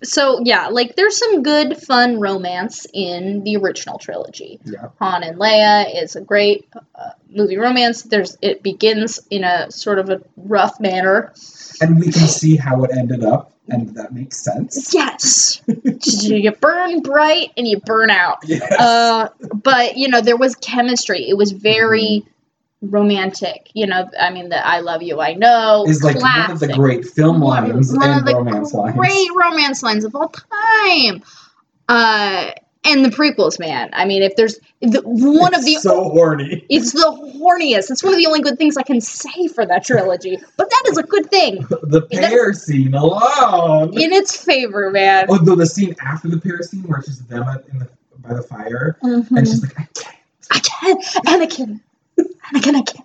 B: so yeah, like there's some good, fun romance in the original trilogy.
C: Yeah.
B: Han and Leia is a great uh, movie romance. There's it begins in a sort of a rough manner.
C: And we can see how it ended up, and that makes sense.
B: Yes, you burn bright and you burn out.
C: Yes.
B: Uh, but you know, there was chemistry. It was very romantic. You know, I mean, the "I love you, I know"
C: is like one of the
B: classic.
C: great film lines
B: one of
C: and
B: the
C: romance lines.
B: great romance lines of all time. Uh, and the prequels, man. I mean, if there's the, one of
C: It's
B: the.
C: so horny.
B: it's the horniest. It's one of the only good things I can say for that trilogy. But that is a good thing
C: The pair scene alone.
B: in its favor, man.
C: Oh, the, the scene after the pair scene where it's just them at- in the, by the fire, and
B: Mhm.
C: she's like, I can't.
B: I can't, Anakin. Anakin, I can't.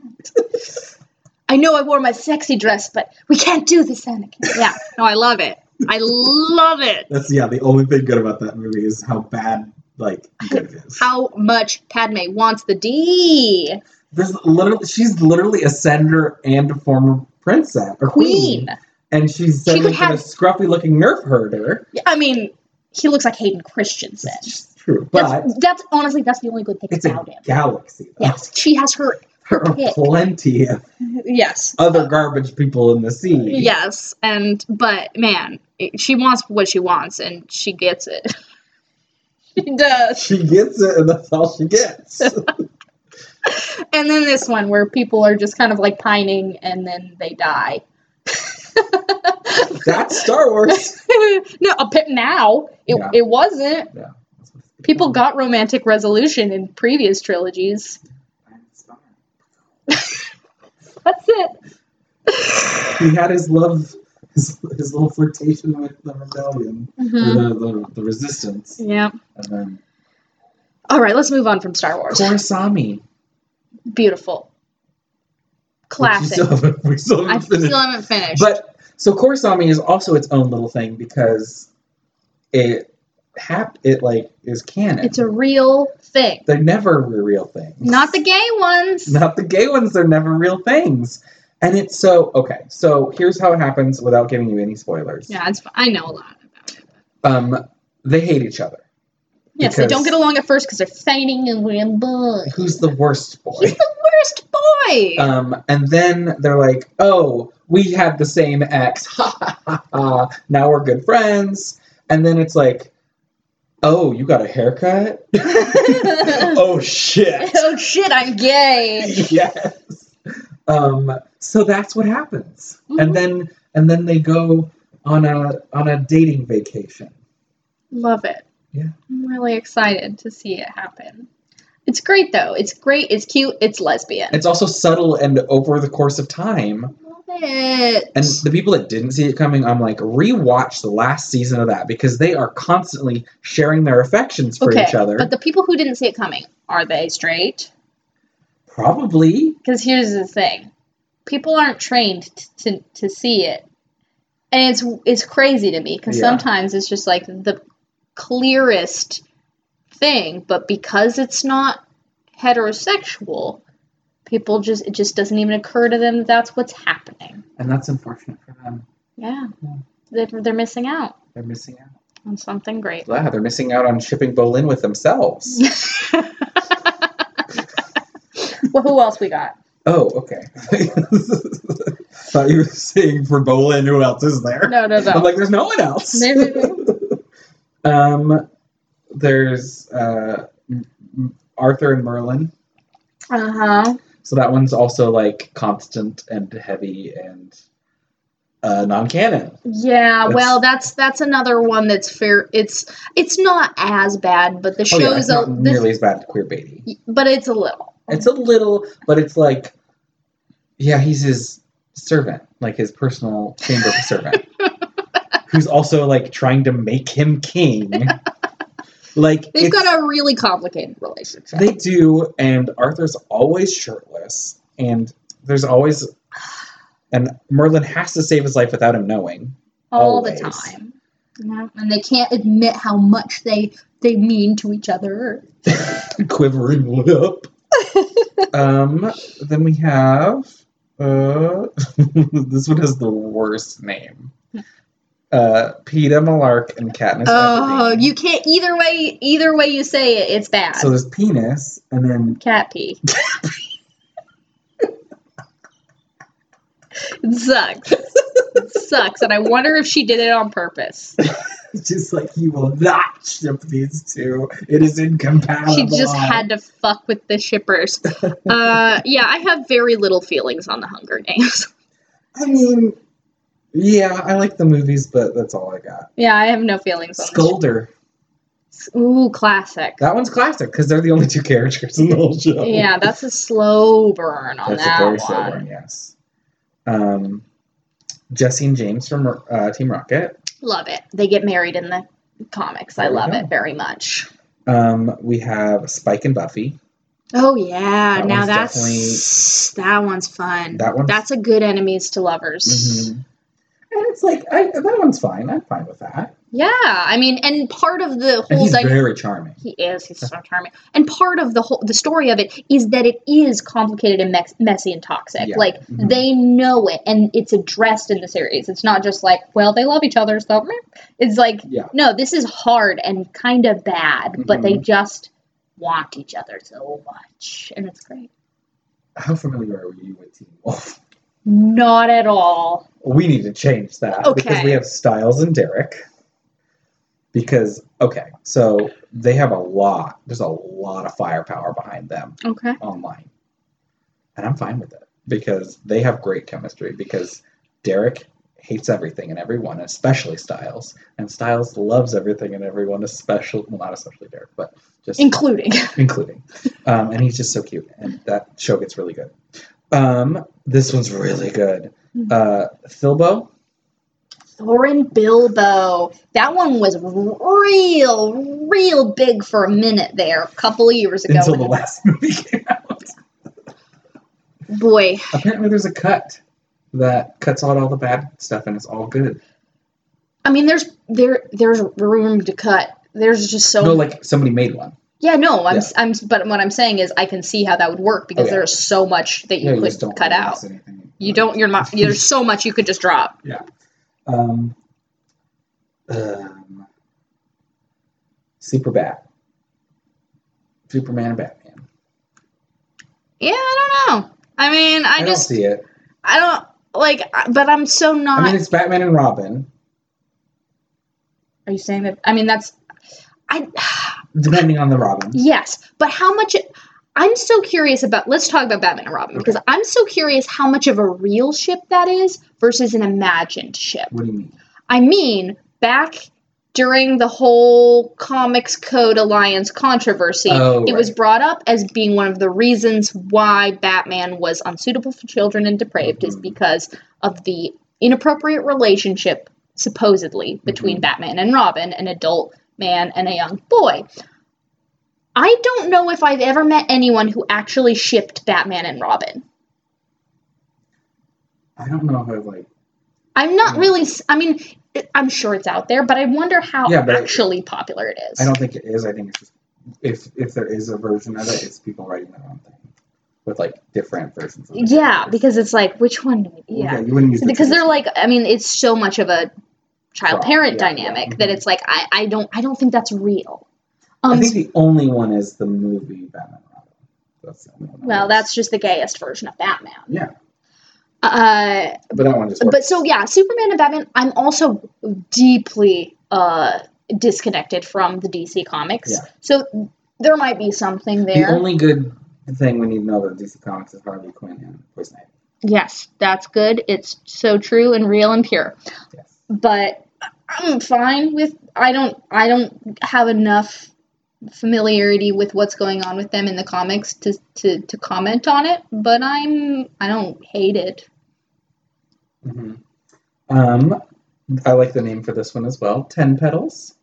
B: I know I wore my sexy dress, but we can't do this, Anakin. Yeah, no, I love it. I love it.
C: That's yeah. The only thing good about that movie is how bad like good it is.
B: How much Padme wants the D
C: There's literally she's literally a senator and a former princess or queen,
B: queen.
C: and she's
B: She
C: suddenly
B: could
C: she a
B: have-
C: scruffy looking nerf herder.
B: Yeah, I mean, he looks like Hayden Christensen.
C: It's just true, but
B: That's, that's honestly that's the only good thing
C: it's a
B: about him.
C: galaxy. though.
B: Yes, she has her.
C: there are
B: pick.
C: plenty of
B: Yes,
C: other garbage people in the sea.
B: yes, and but man, it- she wants what she wants, and she gets it. she does.
C: she gets it, and that's all she gets.
B: And then this one where people are just kind of like pining and then they die.
C: that's Star Wars.
B: no, a bit now. It,
C: Yeah.
B: it wasn't.
C: Yeah, that's what-
B: People got romantic resolution in previous trilogies. That's it.
C: He had his love, his, his little flirtation with the rebellion, or
B: Mhm.
C: the, the, the resistance,
B: Yeah.
C: and then
B: All right, let's move on from Star Wars.
C: Korosami.
B: Beautiful.
C: Classic.
B: Classic.
C: we still
B: I
C: haven't
B: still
C: finished.
B: haven't finished.
C: But so Korosami is also its own little thing because it hap it like is canon.
B: it's a real thing.
C: They're never were real things.
B: Not the gay ones.
C: not the gay ones. They're never real things. And it's so okay. So here's how it happens without giving you any spoilers.
B: Yeah, it's, I know a lot about it.
C: Um, they hate each other.
B: Yes, they don't
C: Because-
B: get along at first because they're fighting and we're boy.
C: Who's the worst boy?
B: He's the worst boy.
C: Um, and then they're like, "Oh, we had the same ex. Ha ha ha ha. Now we're good friends." And then it's like, "Oh, you got a haircut? oh shit!
B: oh shit, I'm gay.
C: yes." Um, so that's what happens.
B: Mhm.
C: And then and then they go on a on a dating vacation.
B: Love it.
C: Yeah.
B: I'm really excited to see it happen. It's great though. It's great. It's cute. It's lesbian.
C: It's also subtle and over the course of time.
B: Love it.
C: And the people that didn't see it coming, I'm like, rewatch the last season of that because they are constantly sharing their affections for
B: okay,
C: each other.
B: but the people who didn't see it coming are they straight?
C: Probably.
B: Because here's the thing, people aren't trained t- to to see it, and it's it's crazy to me because
C: Yeah.
B: sometimes it's just like the clearest thing, but because it's not heterosexual, people just it just doesn't even occur to them that that's what's happening.
C: And that's unfortunate for them.
B: Yeah,
C: Yeah.
B: They're, they're missing out
C: They're missing out.
B: on something great.
C: Yeah, they're missing out on shipping Bolin with
B: Mm-hmm.
C: themselves.
B: well, who else we got?
C: oh, okay. Thought you were saying for Bolin, who else is there?
B: No, no,
C: I'm
B: no.
C: like, there's no one else.
B: No, no, no.
C: um, there's uh, M- M- Arthur and Merlin.
B: Uh huh.
C: So that one's also like constant and heavy and uh, non-canon.
B: Yeah,
C: That's-
B: well, that's that's another one that's fair. It's it's not as bad, but the
C: Oh yeah, it's
B: show's
C: not
B: a this,
C: nearly as bad as Queer Baby.
B: but it's a little.
C: It's a little, but it's like, yeah, he's his servant, like his personal chamber servant, who's also like trying to make him king. Like
B: They've
C: it's-
B: got a really complicated relationship.
C: they do, and Arthur's always shirtless, and there's always, and Merlin has to save his life without him knowing.
B: all the
C: always.
B: time, you know? and they can't admit how much they they mean to each other.
C: quivering lip. um, then we have uh, this one has the worst name. Uh, Peta Malark and Katniss.
B: Oh,
C: Everdeen.
B: you can't either way. Either way you say it, it's bad.
C: So there's penis, and then
B: Cat pee. it sucks. it sucks, and I wonder if she did it on purpose.
C: it's just like you will not ship these two. It is incompatible.
B: she just had to fuck with the shippers. uh, yeah, I have very little feelings on the Hunger Games.
C: I mean, yeah, I like the movies, but that's all I got.
B: yeah, I have no feelings on
C: Scolder.
B: this. Ooh, classic.
C: That one's classic because they're the only two characters in the whole show.
B: Yeah, that's a slow burn on
C: Oh. That's
B: that
C: a very
B: one.
C: slow one, yes. Um, Jesse and James from uh, Team Rocket.
B: Love it. They get married in the comics. I
C: There we
B: love
C: go.
B: it very much.
C: Um, we have Spike and Buffy.
B: Oh yeah,
C: That
B: now
C: one's
B: that's that one's fun.
C: That one's- Mm-hmm.
B: that's a good enemies to lovers.
C: And it's like I, that one's fine. I'm fine with that.
B: Yeah, I mean, and part of the
C: And
B: whole
C: he's
B: dynamic.
C: very charming.
B: He is. He's so charming. And part of the whole the story of it is that it is complicated and mex- messy and toxic.
C: Yeah.
B: Like
C: Mhm.
B: they know it, and it's addressed in the series. It's not just like, well, they love each other, so meh. it's like,
C: Yeah.
B: no, this is hard and kind of bad, but they just want each other so much, and it's great.
C: How familiar are you with Team Wolf?
B: Not at all.
C: We need to change that because we
B: Okay.
C: have Styles and Derek. Because okay, so they have a lot. There's a lot of firepower behind them.
B: Okay.
C: online. And I'm fine with it because they have great chemistry because Derek hates everything and everyone, especially Styles. And Styles loves everything and everyone, especially well, not especially Derek, but just
B: including.
C: including. Um, and he's just so cute, and that show gets really good. Um, this one's really good. Uh, Thilbo,
B: Thorin Bilbo. That one was real, real big for a minute there, a couple of years ago.
C: until
B: when
C: the
B: it-
C: last movie came out.
B: Boy,
C: Apparently, there's a cut that cuts out all the bad stuff, and it's all good.
B: I mean, there's there there's room to cut. There's just so
C: No, like somebody made one.
B: yeah, no, I'm
C: Yeah.
B: s am but what I'm saying is I can see how that would work because
C: Oh, yeah.
B: there's so much that you
C: Yeah, you
B: could
C: just don't
B: cut out.
C: release anything.
B: You don't. You're not. There's so much you could just drop.
C: Um, um, Super Bat. Superman and Batman.
B: Yeah, I don't know. I mean, I,
C: I,
B: just
C: don't see it.
B: I don't like. I- But I'm so not.
C: I mean, it's Batman and Robin.
B: Are you saying that? I mean, that's I.
C: Depending on the Robin.
B: Yes, but how much? I'm so curious about. Let's talk about Batman and Robin because I'm so curious how much of a real ship that is versus an imagined ship.
C: What do you mean?
B: I mean, back during the whole Comics Code Alliance controversy,
C: Oh,
B: it was
C: right.
B: brought up as being one of the reasons why Batman was unsuitable for children and depraved is
C: Mhm.
B: because of the inappropriate relationship supposedly between
C: Mhm.
B: Batman and Robin, an adult man and a young boy. I don't know if I've ever met anyone who actually shipped Batman and Robin.
C: I don't know if I like.
B: I'm not
C: Yeah.
B: really. s- I mean, it- I'm sure it's out there, but I wonder how
C: Yeah, but I-
B: actually popular it is.
C: I don't think it is. I think it's just, if if there is a version of it, it's people writing their own thing with like different versions. Of it.
B: yeah, because it's like which one? Do we, yeah.
C: you wouldn't use the
B: because they're
C: traditional-
B: like. I mean, it's so much of a child parent
C: Yeah, yeah,
B: dynamic
C: mhm.
B: that it's like I, I don't I don't think that's real. Um,
C: I think the only one is the movie Batman. and Robin. That's the only one. I
B: well,
C: know.
B: that's just the gayest version of Batman.
C: yeah,
B: Uh,
C: but that one just works.
B: but so yeah, Superman and Batman. I'm also deeply uh disconnected from the DC comics,
C: Yeah.
B: so there might be something there.
C: The only good thing we need to know about DC Comics is Harley Quinn and Poison Ivy.
B: Yes, that's good. It's so true and real and pure.
C: Yes.
B: But I'm fine with I don't I don't have enough familiarity with what's going on with them in the comics to to, to comment on it, but I'm I don't hate it.
C: hmm Um, I like the name for this one as well. Ten Petals,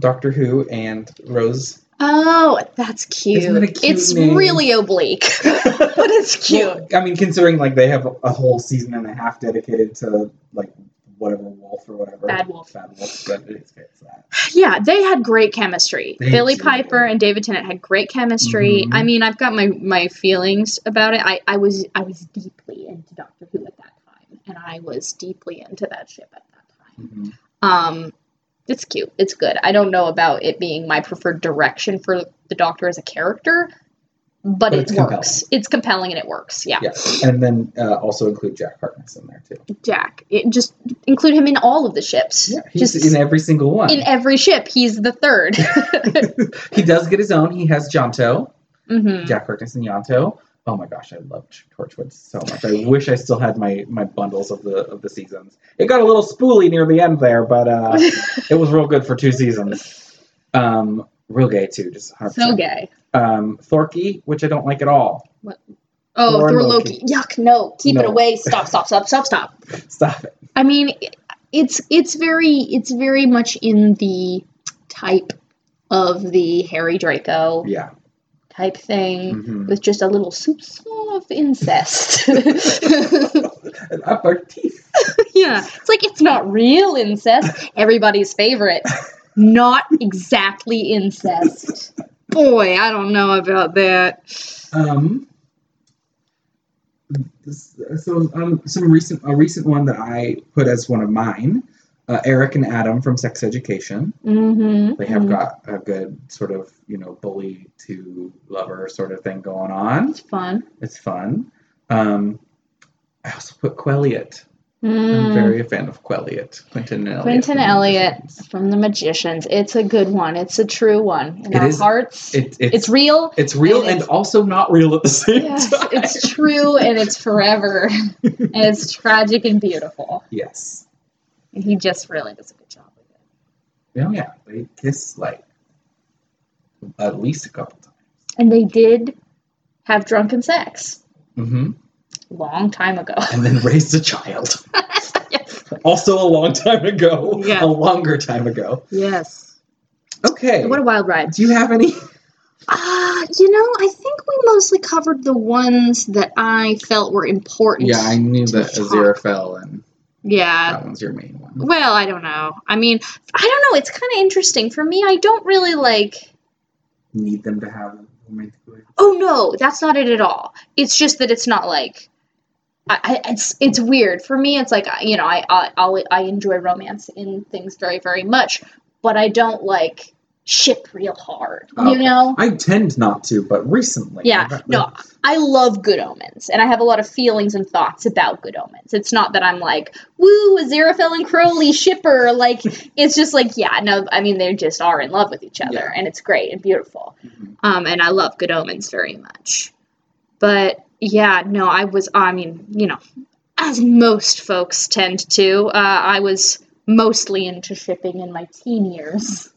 C: Doctor Who, and Rose.
B: Oh, that's cute.
C: Isn't it a cute
B: it's
C: name?
B: really oblique, but it's cute.
C: Well, I mean, considering like they have a whole season and a half dedicated to like whatever wolf or whatever
B: Bad wolf.
C: bad wolf, but it fits that.
B: Yeah, they had great chemistry.
C: They
B: Billy
C: did.
B: Piper and David Tennant had great chemistry.
C: Mhm.
B: I mean, I've got my my feelings about it. I, I was I was deeply into Doctor Who at that time, and I was deeply into that ship at that time.
C: Mhm.
B: Um, it's cute. It's good. I don't know about it being my preferred direction for the Doctor as a character, but,
C: But
B: it
C: it's
B: works.
C: compelling.
B: It's compelling and it works. Yeah,
C: Yeah, and then uh, also include Jack Harkness in there too.
B: Jack. It, just include him in all of the ships.
C: Yeah, he's
B: just
C: in every single one.
B: in every ship, he's the 3rd
C: he does get his own. He has Jonto.
B: mm-hmm.
C: Jack Harkness and Yanto. Oh my gosh, I loved Torchwood so much. I wish I still had my my bundles of the of the seasons. It got a little spooly near the end there, but uh, it was real good for two seasons. Um, real gay too, just 100%.
B: so gay.
C: Um, Thorky, which I don't like at all.
B: Oh,
C: Thor and
B: Thor Loki.
C: Loki.
B: Yuck! No, keep it
C: No.
B: away. Stop! Stop! Stop! Stop! Stop!
C: Stop it.
B: I mean, it- it's it's very it's very much in the type of the Harry Draco
C: Yeah.
B: type thing
C: mhm.
B: with just a little soupçon of incest.
C: And upper teeth.
B: yeah, it's like it's not real incest. Everybody's favorite, not exactly incest. Boy, I don't know about that.
C: Um, this- so um, some recent a recent one that I put as one of mine. Uh, Eric and Adam from Sex Education.
B: Mm-hmm.
C: they have got a good sort of you know bully to lover sort of thing going on
B: It's fun.
C: it's fun um i also put quelliot I'm
B: Mm.
C: very a fan of Quelliot, Quentin Elliot.
B: Quentin
C: from the
B: Elliott
C: Magicians.
B: from The Magicians. It's a good one. It's a true one. In
C: It
B: our
C: is-
B: hearts,
C: It, it's,
B: it's
C: it's
B: real.
C: real
B: and
C: and
B: it's-
C: also not real at the same
B: Yes,
C: time.
B: it's true and it's forever. and it's tragic and beautiful.
C: Yes.
B: And he just really does a good job with it.
C: Oh yeah, they kiss like at least a couple times.
B: And they did have drunken sex
C: Mm-hmm.
B: a long time ago.
C: And then raised a child. Also a long time ago.
B: Yeah.
C: A longer time ago.
B: yes.
C: Okay.
B: What a wild ride.
C: Do you have any?
B: Uh, you know, I think we mostly covered the ones that I felt were important.
C: Yeah, I knew
B: To
C: that
B: talk.
C: Azira fell, and
B: yeah.
C: that one's your main one.
B: Well, I don't know. I mean, I don't know. It's kind of interesting for me. I don't really like.
C: Need them to have a romantic relationship.
B: Oh no, that's not it at all. It's just that it's not like. I, I, it's it's weird for me. It's like I- you know I I I'll, I enjoy romance in things very very much, but I don't like ship real hard. You
C: Okay.
B: know.
C: I tend not to, but recently.
B: Yeah,
C: I've-
B: no, I love Good Omens, and I have a lot of feelings and thoughts about Good Omens. It's not that I'm like, woo, Aziraphale and Crowley shipper. Like, it's just like, yeah, no, I mean, they just are in love with each other,
C: Yeah.
B: and it's great and beautiful.
C: Mhm.
B: Um, and I love Good Omens very much. But yeah, no, I was, I mean, you know, as most folks tend to, uh, I was mostly into shipping in my teen years.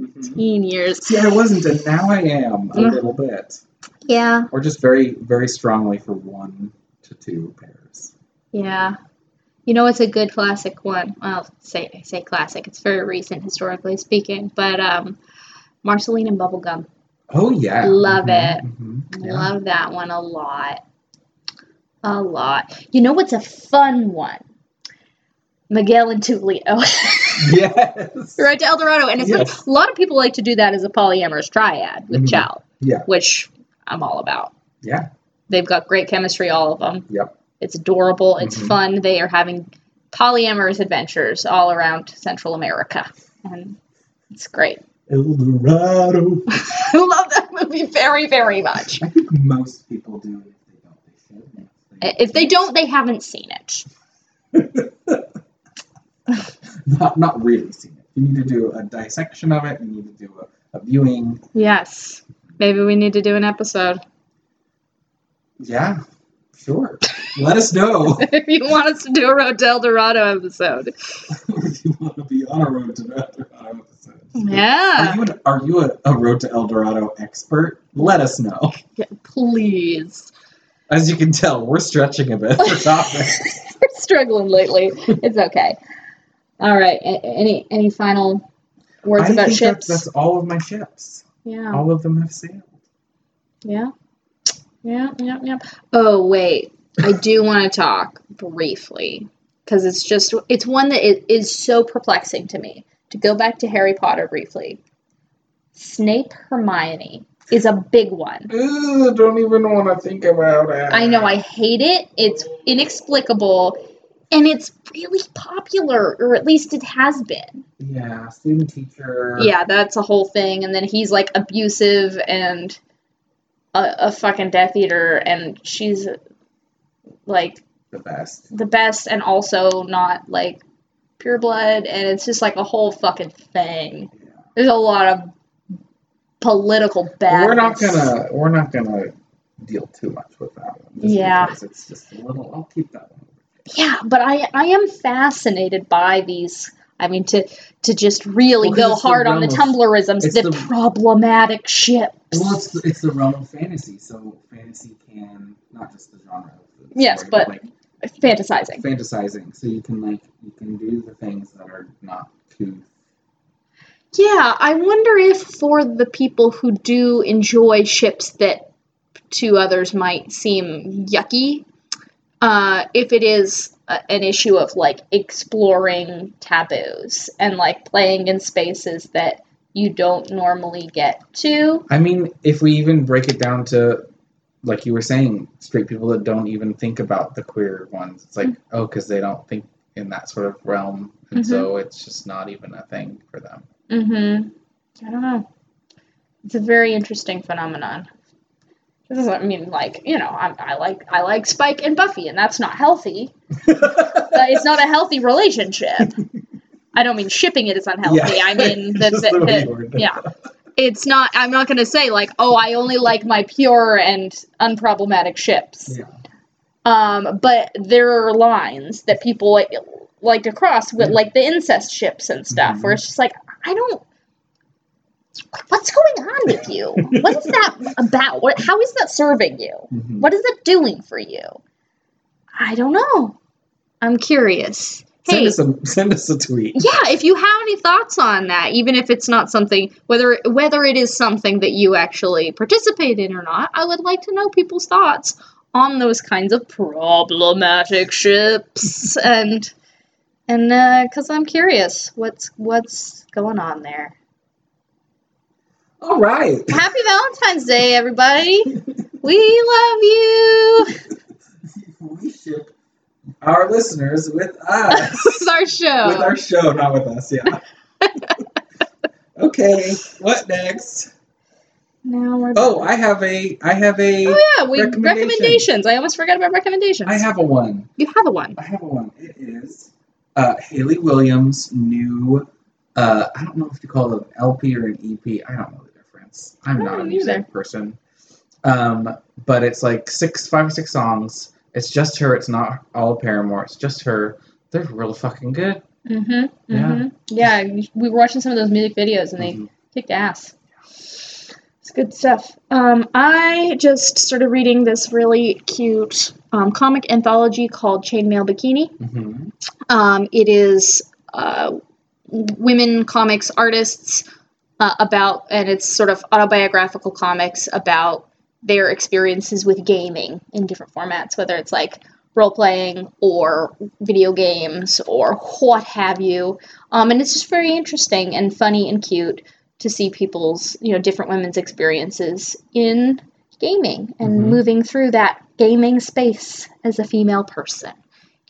C: Mhm.
B: Teen years.
C: See, I wasn't, and now I am a
B: Yeah.
C: little bit,
B: Yeah.
C: or just very, very strongly for one to two pairs.
B: Yeah. You know, it's a good classic one. Well, say I say classic. It's very recent, historically speaking. But um, Marceline and Bubblegum.
C: Oh yeah,
B: Love
C: Mhm, mhm, yeah.
B: Love that one a lot. A lot. You know what's a fun one? Miguel and Tulio.
C: Yes.
B: right to El Dorado. And it's
C: Yes.
B: like a lot of people like to do that as a polyamorous triad with
C: Mhm.
B: Chow,
C: Yeah.
B: which I'm all about.
C: Yeah.
B: They've got great chemistry, all of them.
C: Yep.
B: It's adorable. It's
C: Mhm.
B: fun. They are having polyamorous adventures all around Central America, and it's great.
C: El Dorado.
B: I love that movie very, very much.
C: I think most people do it if they don't. They should.
B: If they don't, they haven't seen it.
C: not not really seen it. You need to do a dissection of it. You need to do a, a viewing.
B: Yes. Maybe we need to do an episode.
C: Yeah, sure. Let us know
B: if you want us to do a Rodel Dorado episode.
C: if you want to be on a road to El Dorado episode. Are
B: Yeah.
C: you an, are you a, a road to El Dorado expert? Let us know.
B: Yeah, please.
C: As you can tell, we're stretching a bit for topics.
B: We're struggling lately. It's okay. All right. A- any any final words
C: I
B: about
C: think
B: ships? Oh.
C: That's, that's all of my ships.
B: yeah.
C: All of them have sailed.
B: Yeah. Yeah, yeah, yeah. Oh, wait. I do want to talk briefly because it's just, it's one that is, is so perplexing to me. To go back to Harry Potter briefly, Snape Hermione is a big one.
C: Ooh, don't even want to think about it.
B: I know I hate it. It's inexplicable and it's really popular, or at least it has been.
C: Yeah, student teacher.
B: Yeah, that's a whole thing. And then he's like abusive and a, a fucking Death Eater, and she's like
C: The best.
B: the best and also not like pure blood. And it's just like a whole fucking thing.
C: Yeah.
B: There's a lot of political
C: But
B: bad.
C: We're not gonna we're not gonna deal too much with that one. just
B: Yeah.
C: because It's just a little. I'll keep that one.
B: Yeah, but I I am fascinated by these. I mean, to to just really
C: Well, 'cause
B: go
C: it's the
B: hard on the
C: realm of-
B: Tumblrisms,
C: it's
B: the,
C: the-
B: problematic ships.
C: Well, it's the, it's the realm of fantasy, so fantasy can not just the genre. Of the
B: Yes,
C: story,
B: but-
C: like
B: Fantasizing.
C: fantasizing. So you can like you can do the things that are not too.
B: Yeah, I wonder if for the people who do enjoy ships that to others might seem yucky, uh, if it is a, an issue of like exploring taboos and like playing in spaces that you don't normally get to.
C: I mean, if we even break it down to, like you were saying, straight people that don't even think about the queer ones, it's like
B: Mm-hmm.
C: oh, because they don't think in that sort of realm, and so it's just not even a thing for them.
B: Mm-hmm. I don't know. It's a very interesting phenomenon. This is, I mean, like you know, I'm, I like I like Spike and Buffy, and that's not healthy. But it's not a healthy relationship. I don't mean shipping it is unhealthy. I mean that,
C: Just
B: that,
C: the way
B: that-
C: you worded it.
B: yeah. It's not. I'm not going to say like, oh, I only like my pure and unproblematic ships.
C: Yeah.
B: Um, but there are lines that people like, like to cross with
C: Yeah. Mm-hmm.
B: like the incest ships and stuff, where it's just like, I don't. What's going on with you? what is that about? What, how is that serving you?
C: Mhm.
B: What is that doing for you? I don't know. I'm curious.
C: Send
B: Hey,
C: us a send us a tweet.
B: yeah, if you have any thoughts on that, even if it's not something whether whether it is something that you actually participate in or not, I would like to know people's thoughts on those kinds of problematic ships and and because I'm curious what's what's going on there.
C: All right.
B: Happy Valentine's Day, everybody! We love you.
C: we ship our listeners with us.
B: this is our show.
C: With our show, not with us, yeah. okay, what next?
B: now we're
C: Oh, I have a I have a
B: oh yeah, we
C: recommendation.
B: recommendations. I almost forgot about recommendations.
C: I have a one.
B: you have a one.
C: I have a one. It is uh Haley Williams' new uh I don't know if you call it an LP or an EP. I don't know the difference. I'm
B: I
C: not a
B: don't
C: music
B: either.
C: person. Um but it's like six five or six songs. It's just her, it's not all Paramore, it's just her. They're real fucking good.
B: Mm-hmm.
C: Yeah.
B: hmm Yeah. we were watching some of those music videos and they
C: Mhm.
B: kicked ass. It's good stuff. Um, I just started reading this really cute um, comic anthology called Chainmail Bikini.
C: Mhm.
B: Um, it is uh, women comics artists uh, about, and it's sort of autobiographical comics about their experiences with gaming in different formats, whether it's like role playing or video games or what have you. Um, and it's just very interesting and funny and cute to see people's, you know, different women's experiences in gaming and
C: Mhm.
B: moving through that gaming space as a female person.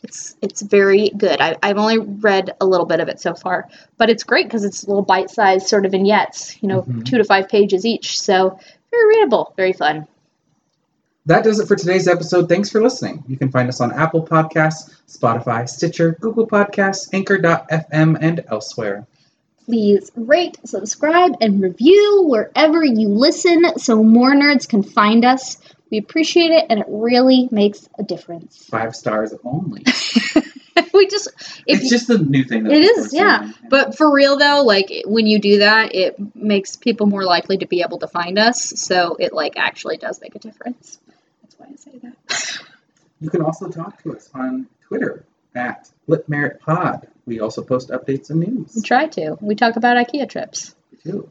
B: It's it's very good. I, I've only read a little bit of it so far, but it's great because it's little bite-sized sort of vignettes, you know,
C: Mhm.
B: two to five pages each. So very readable, very fun.
C: That does it for today's episode. Thanks for listening. You can find us on Apple Podcasts, Spotify, Stitcher, Google Podcasts, Anchor.fm, and elsewhere.
B: Please rate, subscribe, and review wherever you listen so more nerds can find us. We appreciate it and it really makes a difference.
C: Five stars only.
B: we just, if
C: it's just the new thing. That
B: It
C: we're
B: is, yeah,
C: doing.
B: But for real though, like when you do that, it makes people more likely to be able to find us. So it like actually does make a difference. That's why I say that.
C: you can also talk to us on Twitter at LitMeritPod. We also post updates and
B: we
C: news.
B: try to. We talk about IKEA trips.
C: Too.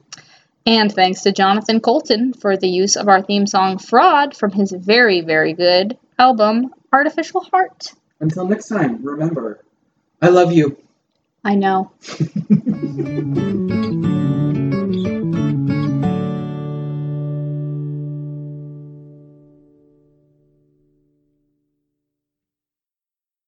B: And thanks to Jonathan Colton for the use of our theme song Fraud from his very, very good album Artificial Heart.
C: Until next time, remember, I love you.
B: I know.